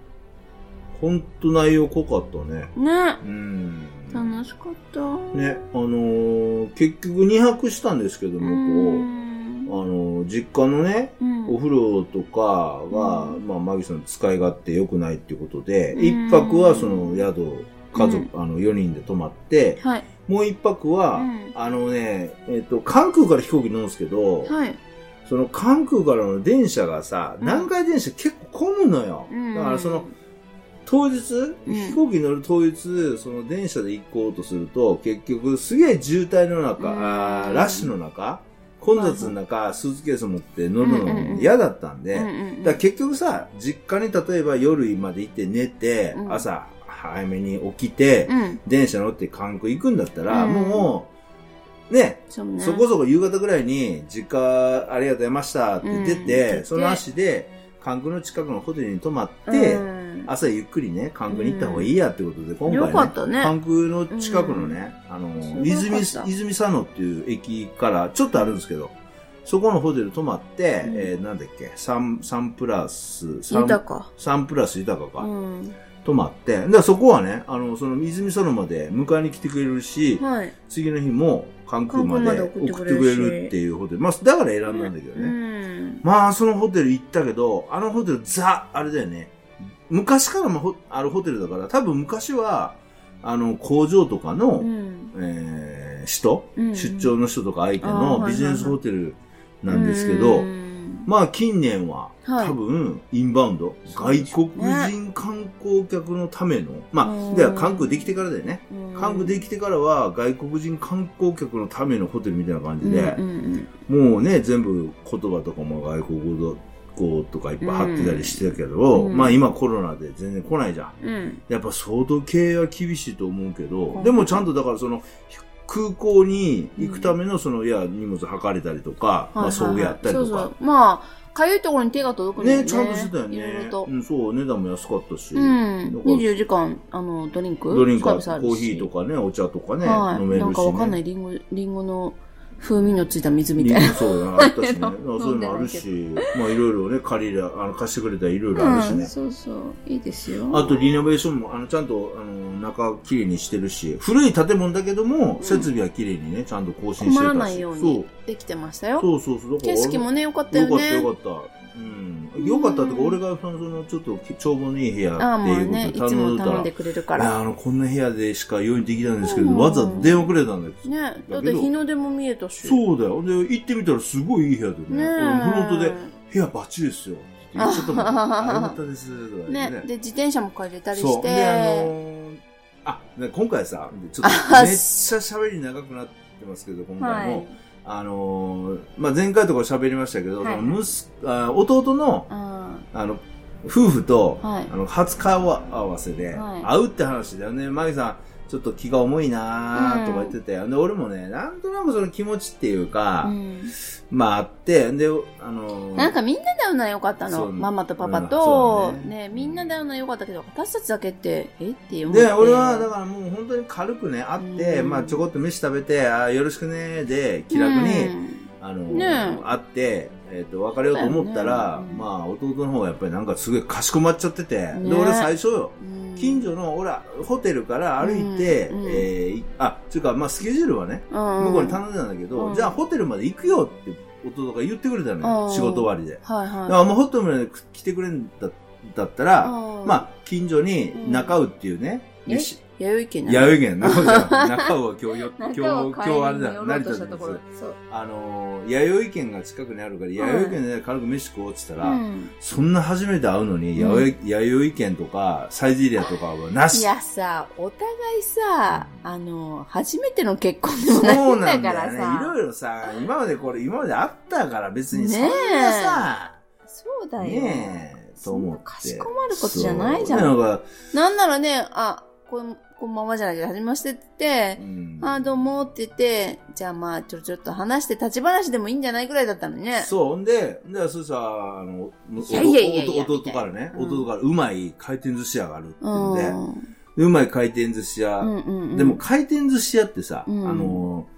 ほんと内容濃かったね。ねうん。楽しかったね、あのー結局2泊したんですけどうも、んこう、あのー実家のね、うんお風呂とかが、うんまあ、マギさん使い勝手良くないっていうことで、うん一、泊はその宿、家族、あの、4人で泊まって、はいもう一泊は、うんあのね、えっ、と、関空から飛行機乗るんですけど、はいその関空からの電車がさ、うん南海電車結構混むのよ。うんだからその、当日、うん飛行機乗る当日、その電車で行こうとすると、結局すげえ渋滞の中、うんあーラッシュの中、混雑の中、スーツケース持って乗るのうんうんうもん嫌だったんで、うんうんうんだから結局さ、実家に例えば夜まで行って寝て、うん朝早めに起きて、うん電車乗って関空行くんだったら、うんもう、ね、そうねそこそこ夕方ぐらいに、実家ありがとうございましたって出て、うんその足で、関空の近くのホテルに泊まって、うん朝ゆっくりね、関空に行った方がいいやってことで、今回、ね、よかったね関空の近くのね、あすの、ごい泉、よかった泉佐野っていう駅からちょっとあるんですけど、そこのホテル泊まって、うんえーなんだっけ、サン、サンプラス、サ豊ン、かサンプラス豊かか、うん泊まって、だからそこはね、あの、その泉佐野まで迎えに来てくれるし、はい次の日も関空まで関送空までって送くってくれれるしるっていうホテル。まあ、だから選んだんだけどね。うんまあ、そのホテル行ったけど、あのホテル、ザ、あれだよね。昔からもほあるホテルだから、多分昔は、あの、工場とかの、うんえー人、うん出張の人とか相手あーはいはいのはいビジネスホテルなんですけど、うんまあ、近年は、はい多分、インバウンド、そうでしょ外うね国人観光客のための、まうあ、んでは関空できてからだよね。うん韓国できてからは外国人観光客のためのホテルみたいな感じでう、んうんもうね、全部言葉とかも外国語とかいっぱい貼ってたりしてたけど、うんうんまあ今コロナで全然来ないじゃん。うんやっぱ相当経営は厳しいと思うけど、うんでもちゃんとだからその空港に行くためのその、いや、荷物測れたりとか、まあ送迎やったりそとうそかう。まあ、かゆいところに手が届くんだよね、ね。ちゃんとしてたよいろいねろ。とう。ん、そう、値段も安かったし。うん。だから24時間、あの、ドリンクドリンク、コサビスあるしーヒーとかね、お茶とかね、はい。飲めるし、ね。なんかわかんない、リンゴ、リンゴの風味のついた水みたいリな。ンゴそうだ <laughs> な、あったしね。あまあれそういうのあるし、まあいろいろね、借りりゃ、あの、貸してくれたらいろいろあるしうねん、。そうそう。いいですよ。あと、リノベーションも、あの、ちゃんと、あの、中綺麗にしてるし、古い建物だけどんも、設備は綺麗にね、ちゃんと更新してたし。困らないようにできてましたよ。そうそうそうそう。だから景色もね、良かったよよかったね。よかった。うん。よかったとか、俺がその、その、ちょっと、帳簿のいい部屋ああ、ってまあいね、ういことをつ頼もんだら、頼んでくれるあから。あの、こんな部屋でしか用意できないんですけうど、んわざわざ電話くれたんだけど。ね、だだっけてど日の出も見えたし。そうだよ。で、行ってみたらすごいいい部屋でね。ねえ俺フロントで、部屋バッチリですよ。って言っちゃっ <laughs> たもん。あ、よかったです。とか言ねってね。、で、自転車も借りれたりそしう。で、あて。のーあ、ね今回さ、ちょっとあめっちゃ喋り長くなってますけど、今は回も。い。あのーまあ、前回とか喋りましたけど、はいその息子あ弟の、ああの、夫婦と、はいあの、初顔合わせで、はい会うって話だよね。マギさん、ちょっと気が重いなーとか言ってて、で、俺もね、なんとなくその気持ちっていうか、うんまああって、で、あのーなんかみんなで会うのは良かったその。うママとパパうと、んそうねねみんなで会うのは良かったけど、私たちだけって、えって思って。で、俺は、だからもう本当に軽くね、会って、うんまあちょこっと飯食べて、あーよろしくねーで、気楽に、うんあの、ねえ会って、えっ、と、別れようと思っそたら、うだよねうんまあ、弟の方がやっぱりなんかすごいかしこまっちゃってて、ねで、俺最初よ、うん近所の、俺は、ホテルから歩いて、うんうんえーいあ、というか、まあ、スケジュールはね、向向こうに頼んでたんだけど、うんじゃあホテルまで行くよって弟が言ってくれたのうよ、ん仕事終わりで。はいだはい。から、もうホテルまで来てくれんだだったら、ままああ、近所に中尾っていうね、うんでえしー、弥生県やう <laughs> けん、中尾じゃん。中尾は今日よ、今今日、日、今日あれだ、成成田で。田ですす。そう。あのー、弥生県が近くにあるから、弥生県で軽く飯食おうって言ったら、うんそんな初めて会うのに、う弥生弥生県とか、サイゼリアとかはないし。やさ、お互いさ、あの、初めての結婚でもないんだからね。いさ。ろいろさ、今までこれ、今まであったから別に、ねそんえなさ、そうだよ。ねえ、と思っそて。んなかしこまることじゃないじゃんそうなんか、なんならね、あ、こん、こんばんはじゃないけど、はじめましてって言ってう、んあ、どうもって言って、じゃあまあ、ちょろちょろっと話して、立ち話でもいいんじゃないぐらいだったのにね。そう、ほんで、で、そしたら、あの、いやいやいやいや弟弟からね、うん弟から、うまい回転寿司屋があるってう言ん。うんうで、んうまい回転寿司屋、うんうん。でも、回転寿司屋ってさ、うんあのー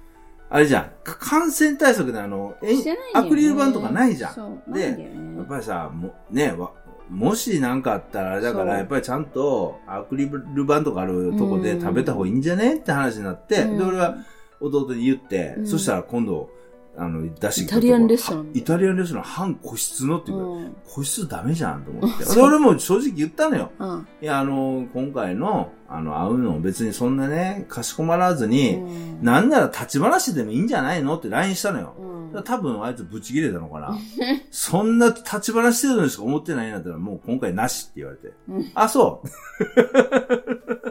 あれじゃん、か感染対策であの、えんしてないんだよねアクリル板とかないじゃん。そう。でないんだよねやっぱりさ、もねわもしなんかあったらあれだかそうら、やっぱりちゃんとアクリル板とかあるとこで食べた方がいいんじゃねって話になって、うんで、俺は弟に言って、うんそしたら今度、あの、出してきイタたとこリアンレストランはイタリアンレストラン、半個室のっていうから、うん個室ダメじゃんと思 <laughs> って。そうで俺も正直言ったのよ。うん。いや、あの、今回の、あの、会うの別にそんなね、かしこまらずうに、んなんなら立ち話でもいいんじゃないのって LINE したのよ。うんだから多分あいつブチ切れたの <laughs> かな。そんな立ち話してるのしか思ってないんだったらもう今回なしって言われて。うんあ、そう。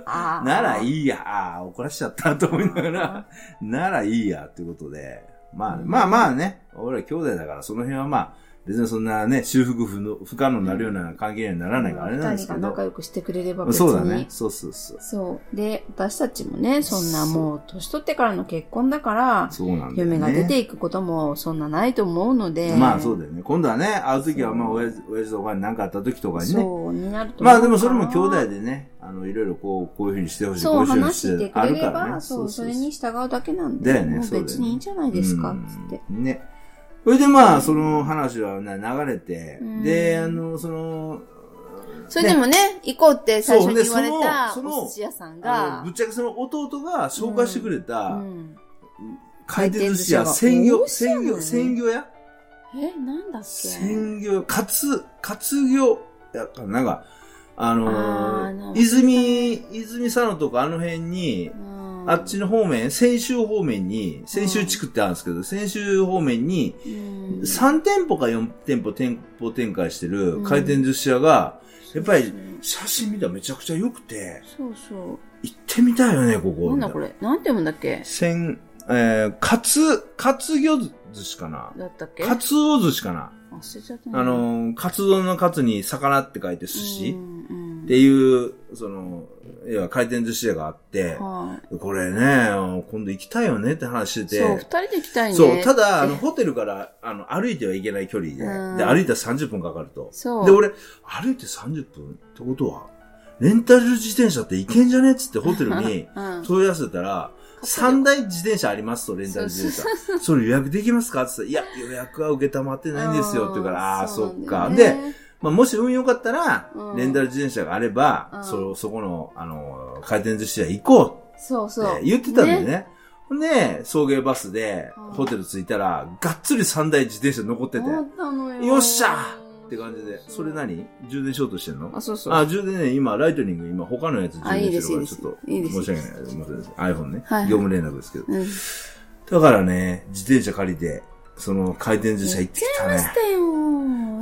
あー <laughs> ならいいや。ああー、怒らしちゃったと思いながあら、ならいいやってことで。まあ、うんまあまあね。俺ら兄弟だからその辺はまあ、別にそんなね、修復不能不可能になるような関係にはならないからあれなんですけ二人がど仲。良くしてくれればまあ別に。そうだね。そうそうそう。そう。で、私たちもね、そんなもう、年取ってからの結婚だから、そうなんだよね。夢が出ていくこともそんなないと思うので。まあそうだだよね。今度はね、会う時はまあそう親父、親父とかに何かあった時とかにね。そう、になると思うから。まあでもそれも兄弟でね、あの、いろいろこう、こういうふうにしてほしい、こそうう、いうふうに話ししてて、くあれるれからば、ね。そう、それに従うだけなんだで、よねもうそうだよね別にいいんじゃないですか、つって。うんね。それでまあ、その話はね流れてうん、で、あの、その、それでもね、行こうって最初に言われたそうでそのお寿司屋さんあのがぶっ、ちゃけその弟が紹介してくれうた、ん回転寿司回屋、転寿司屋鮮美魚、味しそう鮮だよね魚、鮮魚屋え、なんだっけ鮮魚、かつ、かつ魚、やかななんか、ああーなるほどのー、泉、泉佐野とかあの辺に、うんあっちの方面、泉州方面に、泉州地区ってあるんですけど、泉州方面に、うん3店舗か4店舗店舗展開してる回転寿司屋が、やっぱり写真見たらめちゃくちゃ良くて、そうそう。行ってみたいよね、ここ。なんだこれなんて読むんだっけ千、えー、かつ、かつ魚寿司かなだったっけかつお寿司かな、忘れちゃったなあのー、カツ丼のカツに魚って書いて寿司、うっんうんていう、その、要は回転寿司屋があって、はこれね、今度行きたいよねって話しいてそう、二て、人で行きたいね。そう、ただ、あの、えホテルから、あの、歩いてはいけない距離で、うんで、歩いたら30分かかると。そう。で、俺、歩いて30分ってことは、レンタル自転車って行けんじゃねっつってホテルにうん、問い合わせたら、三台自転車ありますと、レンタル自転車。それ予約できますかって言ったら、いや、予約は受けたまってないんですよって言うから、ああー、そっか。で、まあ、もし運良かったらう、んレンタル自転車があれうばん、そ、そこの、あの、回転寿司屋行こうそうそっうて。言ってたんだよね。ほんで、送迎バスでうん、ホテル着いたら、がっつり三台自転車残ってて、あっったのよ。よっしゃーて感じで。それなり何充電しようとしてんのあ、そうそう。あ、充電ね、今、ライトニング、今、他のやつ充あいいで電すしてるから、ちょっと、いいですいいです申し訳ない。申し訳ないです。iPhone ねはいはい。業務連絡ですけど。うん。だからね、自転車借りて、その回転寿司屋行ってきたね。よ。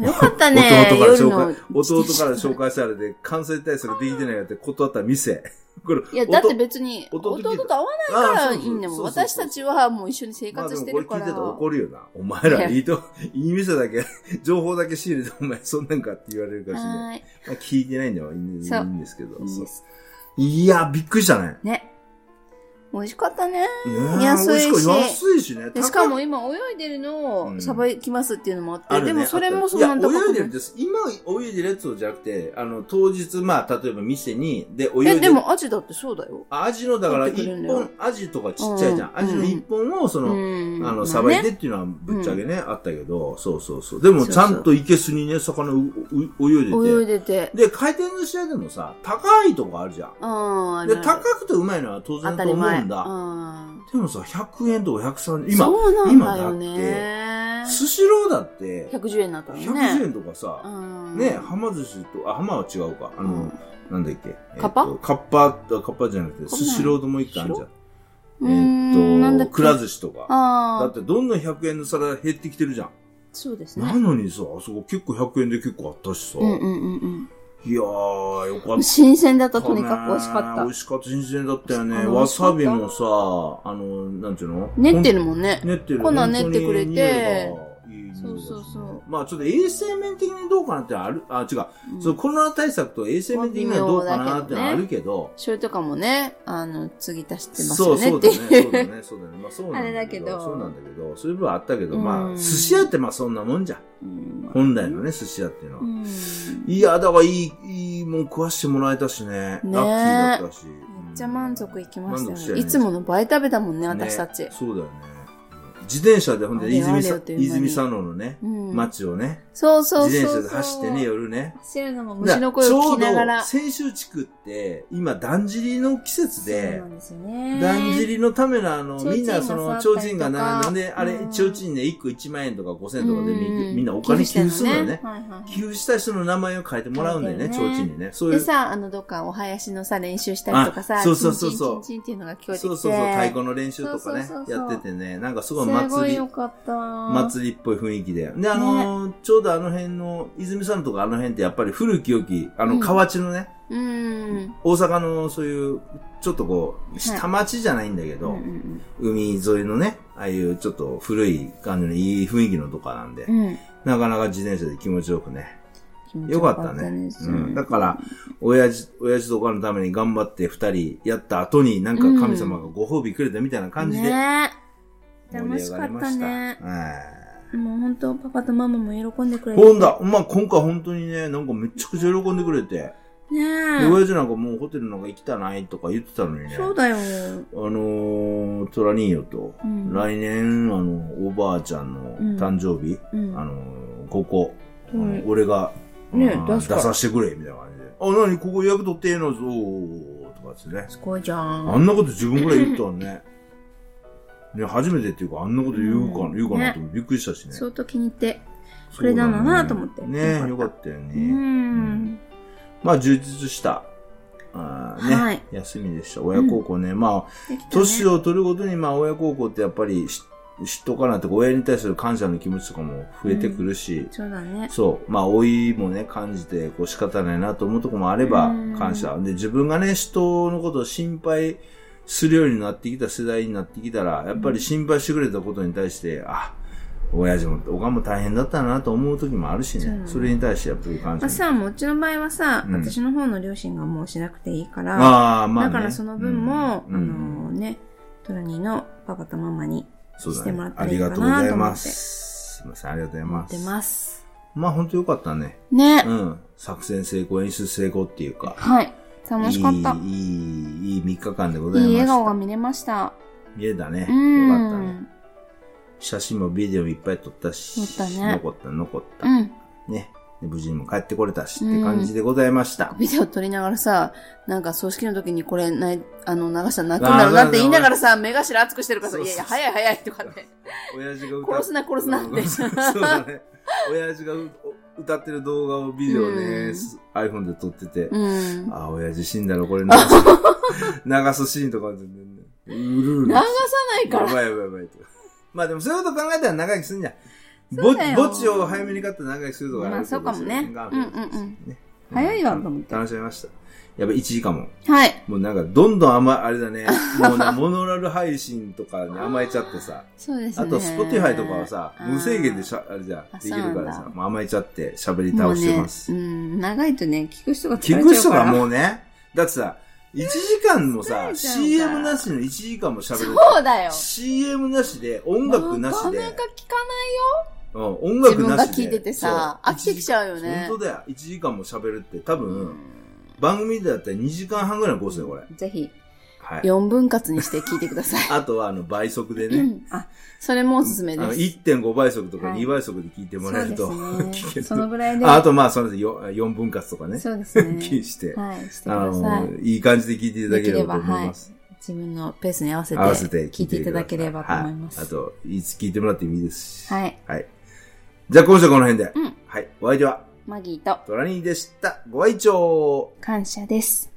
よかったね。弟から夜紹の介、弟から紹介されて、感染対策できてないやって断った店。 <laughs> これ、いや、だって弟別に、弟弟聞いたと会わあないからそういそういんだもん。そうそう私そうたちはもう一緒に生まあ活しでもてこれる聞かいら。てたら怒るよな。お前らいいと、いい店だけ、情報だけ仕入れてお前そんなんかって言われるかもしれない。はーい。まあ聞いてないんだよ。いいんいいそうんですけど。いいそでうす。いや、びっくりしたね。ね。美味しかったね。ねえ安いし美味か安いしね。でしかも今泳いでるのうをんさばきますっていうのもあって、あるねでもそれもそんなにいや高泳くいでるんない。です。今泳いでるやつをじゃなくて、あの、当日、まあ、例えば店に、で、泳いでる。え、でもアジだってそうだよ。あアジの、だから、取って一くるんだよ本、アジとかちっちゃいじゃん。うんアジの一本を、その、うんあまの、ねさばいてっていうのはぶっちゃけね、あったけど、そうそうそう。でも、ちゃんといけすにね、魚うう泳いでて。泳いでて。で、回転寿司屋でもさ、高いとこあるじゃん。うん、あで、るあ高るくてうまいのは当然当だたとり思う前。んだ。うんでもさ、100円とか130円、今、そうなんだよ今ね。スシローだって、 110円になったのね。 110円とかさ、うんね、はま寿司と、あ、はまは違うか。あうの、んなんだっけ。カッパえっとカッパ、あカッパじゃなくて、カッパスシローともう一回あるじゃん。うーんなんえだっっと、けくら寿司とか。だあっあ、てどんどん100円の皿減ってきてるじゃん。そうですなね。のにさ、あそこ結構100円で結構あったしさ。うんうんうんいやー、ようかっん。た。新鮮だった、とにかく美味しか美っ味しかった、新鮮だったよあね。のわさびもさ、あの、なんていうのた。練ってるもんね。練ってる。粉練ってくれて本当に匂いがいい匂いだしねそうそうそう。まあちょっと衛生面的にどうかなってある、あ、違う。うんそのコロナ対策と衛生面的にはどうかなってのはあるけど、醤油とかもね、あの、継ぎ足してますそようねそっうてだね、い。そううだね、そうだね。まあそうなんだけあれだけどど、そうなんだけど、そういう部分はあったけど、うまんあ、寿司屋ってまあそんなもんじゃん。うん本来のね、寿司屋っていうのはう。んいや、だからいい、いいもん食わしてもらえたしね。ラッキねーだったし。めっちゃ満足いきましたよ満足したよね。ねいつもの倍食べたもんね、私たちね。そうだよね。自転車で、ほんあで、れあれ泉よさという間に泉佐野のね、うん街をね、そうそうそうそう。自転車で走ってね、夜ね。走るのも虫の声を聞きながら。ちょうど、泉州地区って、今、だんじりの季節そうでな、んですよね。だんじりのためのあの、提灯がみんなその、触提ったりと灯かが並んで、あれう、ん提灯ね、1個1万円とか5千円とかでみうんみんなお金寄付するのよね寄付して。んのはいはいはい寄付した人の名前を書いてもらうんだよね、書いて提ね灯にね。そういでう。さ、あの、どっかお囃子のさ、練習したりとかさ、あそうそうそうチンそうチンチンチンっていうのが聞こえてきて。そうそうそう、太鼓の練習とかねそうそう、そうやそうっててね、なんかすごいすご祭いりよ、かった。祭りっぽい雰囲気で。で、あのーちょうどあの辺の、泉さんとかあの辺ってやっぱり古き良き、あうの、ん河内のね、うん。大阪のそういう、ちょっとこう、下町じゃないんだけど、うんうん海沿いのね、ああいうちょっと古い感じのいい雰囲気のとかなんで、うん。うんなかなか自転車で気持ちよくね。気持ちよかったね。ですうん、だから、親父、親父とおかんのために頑張って二人やった後に、なんか神様がご褒美くれたみたいな感じで、ね盛り上がりまし楽た。しかはいえもう本当パパとママも喜んでくれて。ほんだ、まあ、今回本当にね、なんかめちゃくちゃ喜んでくれて、ねで、え。親父なんかもうホテルなんか行きたないとか言ってたのにね、そうだよ。あのー、トラニーヨと、うん来年、あの、おばあちゃんのうん誕生日、うんあのー、ここ、あのうん俺が、ねうん出出すからさせてくれ、みたいな感じで。あ、なに、ここ予約取ってええのぞーとかですね。すごいじゃあん。んなこと自分ぐらい言ったの <laughs> ね。ね、初めてっていうか、あんなこと言うかな、うん言うかなと思ってびっくりしたしね。相当気に入って。くれたんだなと思ってねよよかかっったよね。うん。まあ、充実した。あーね、はい休みでした。親孝行ね。まあ、できたね年を取るごとに、まあ、親孝行ってやっぱりし知っとかなって、親に対する感謝の気持ちとかも増えてくるし、そうだね。そう。まあ、老いもね、感じて、こう仕方ないなと思うとこもあればうん、感謝。で、自分がね、人のことを心配するようになってきた世代になってきたら、やっぱり心配してくれたことに対して、あ、親父も、おかんも大変だったなと思う時もあるしそうねね。それに対してやっぱり感ま謝。あさ、もううちの場合はさ、うん私の方の両親がもうしなくていいから、ああ、まあ、だね。からその分も、うんあうんのね、トラニーのパパとママにそうしだてねもらったあらいいりかがなととう思っごてざいます。すいません、ありがとうござい思まってす。ます。まあ、本当よかったね。ね。うん。作戦成功、演出成功っていうか。はい。楽しかった。いい、いい、いい3日間でございまいしいた。笑顔が見れました。見えたね。ようかったね。ん。写真もビデオもいっぱい撮ったし。撮ったね残った、残っうた。ん。ね。で無事にも帰ってこれたしって感じでございました。ビデオ撮りながらさ、なんか葬式の時にこれない、あの、流したら泣くんだろうなって言いながらさ、目頭熱くしてるからさ、そういそうやいや、早い早いとかね。親父が歌っ殺すな殺すなってそうだね。親父がう歌ってる動画をビデオうねん、 iPhone で撮ってて。うん。あ、親父死んだろ、こ <laughs> れ流す流すシーンとか全然ね。うるう流る。さないかやばら。いやばいやばいと。まあでもそういうこと考えたら長生きするんじゃん。そぼうだよぼっちを早めに買って長生きするとかまあそうかもねうんうんうん早いわわと思って楽しみました。やっぱ1時間も。はい。もうなんかどんどん甘い、あれ <laughs> だね。もうな、モノラル配信とかに甘えちゃってさ。そうですね。あと、スポティファイとかはさ、無制限でょしゃ、あれじゃんあできるからそうなんさだ、もう甘えちゃって喋り倒してますもう。ね、うん、長いとね、聞く人が疲聞れくちゃ人うから。がもうね、だってさ、 1時間も疲 <laughs> さ、れちゃうから CM なしの1時間も喋る。そうだよ CM なしで、音楽なかなしで、なか聞かないよ。うん、音自楽分ながしで。聞いててさ、そう飽きてきちゃうよね。本当だよ。1時間も喋るって、多分、う番組だったら2時間半ぐらいのコースだよ、これ。んぜひ、はい。 4分割にして聞いてください。あとは、あの、倍速でうね。ん <laughs> あ、それもおすすめあでの、す。 1.5倍速とかはい2倍速で聞いてもらえると、そうで聞すけね。るそのぐらいで。ああと、まあ、その4分割とかね。そうですね。気にして、はい、してくあださいの。、いい感じで聞いていただければと思います。自分のペースに合わせて合わせて聞いていただければと思いまはあす。と、いつ聞いてもらってもいいですし。。はいい。じゃあ今週はこの辺で。うんはい。お相手は、マギーとトラニーでした。ご愛聴感謝です。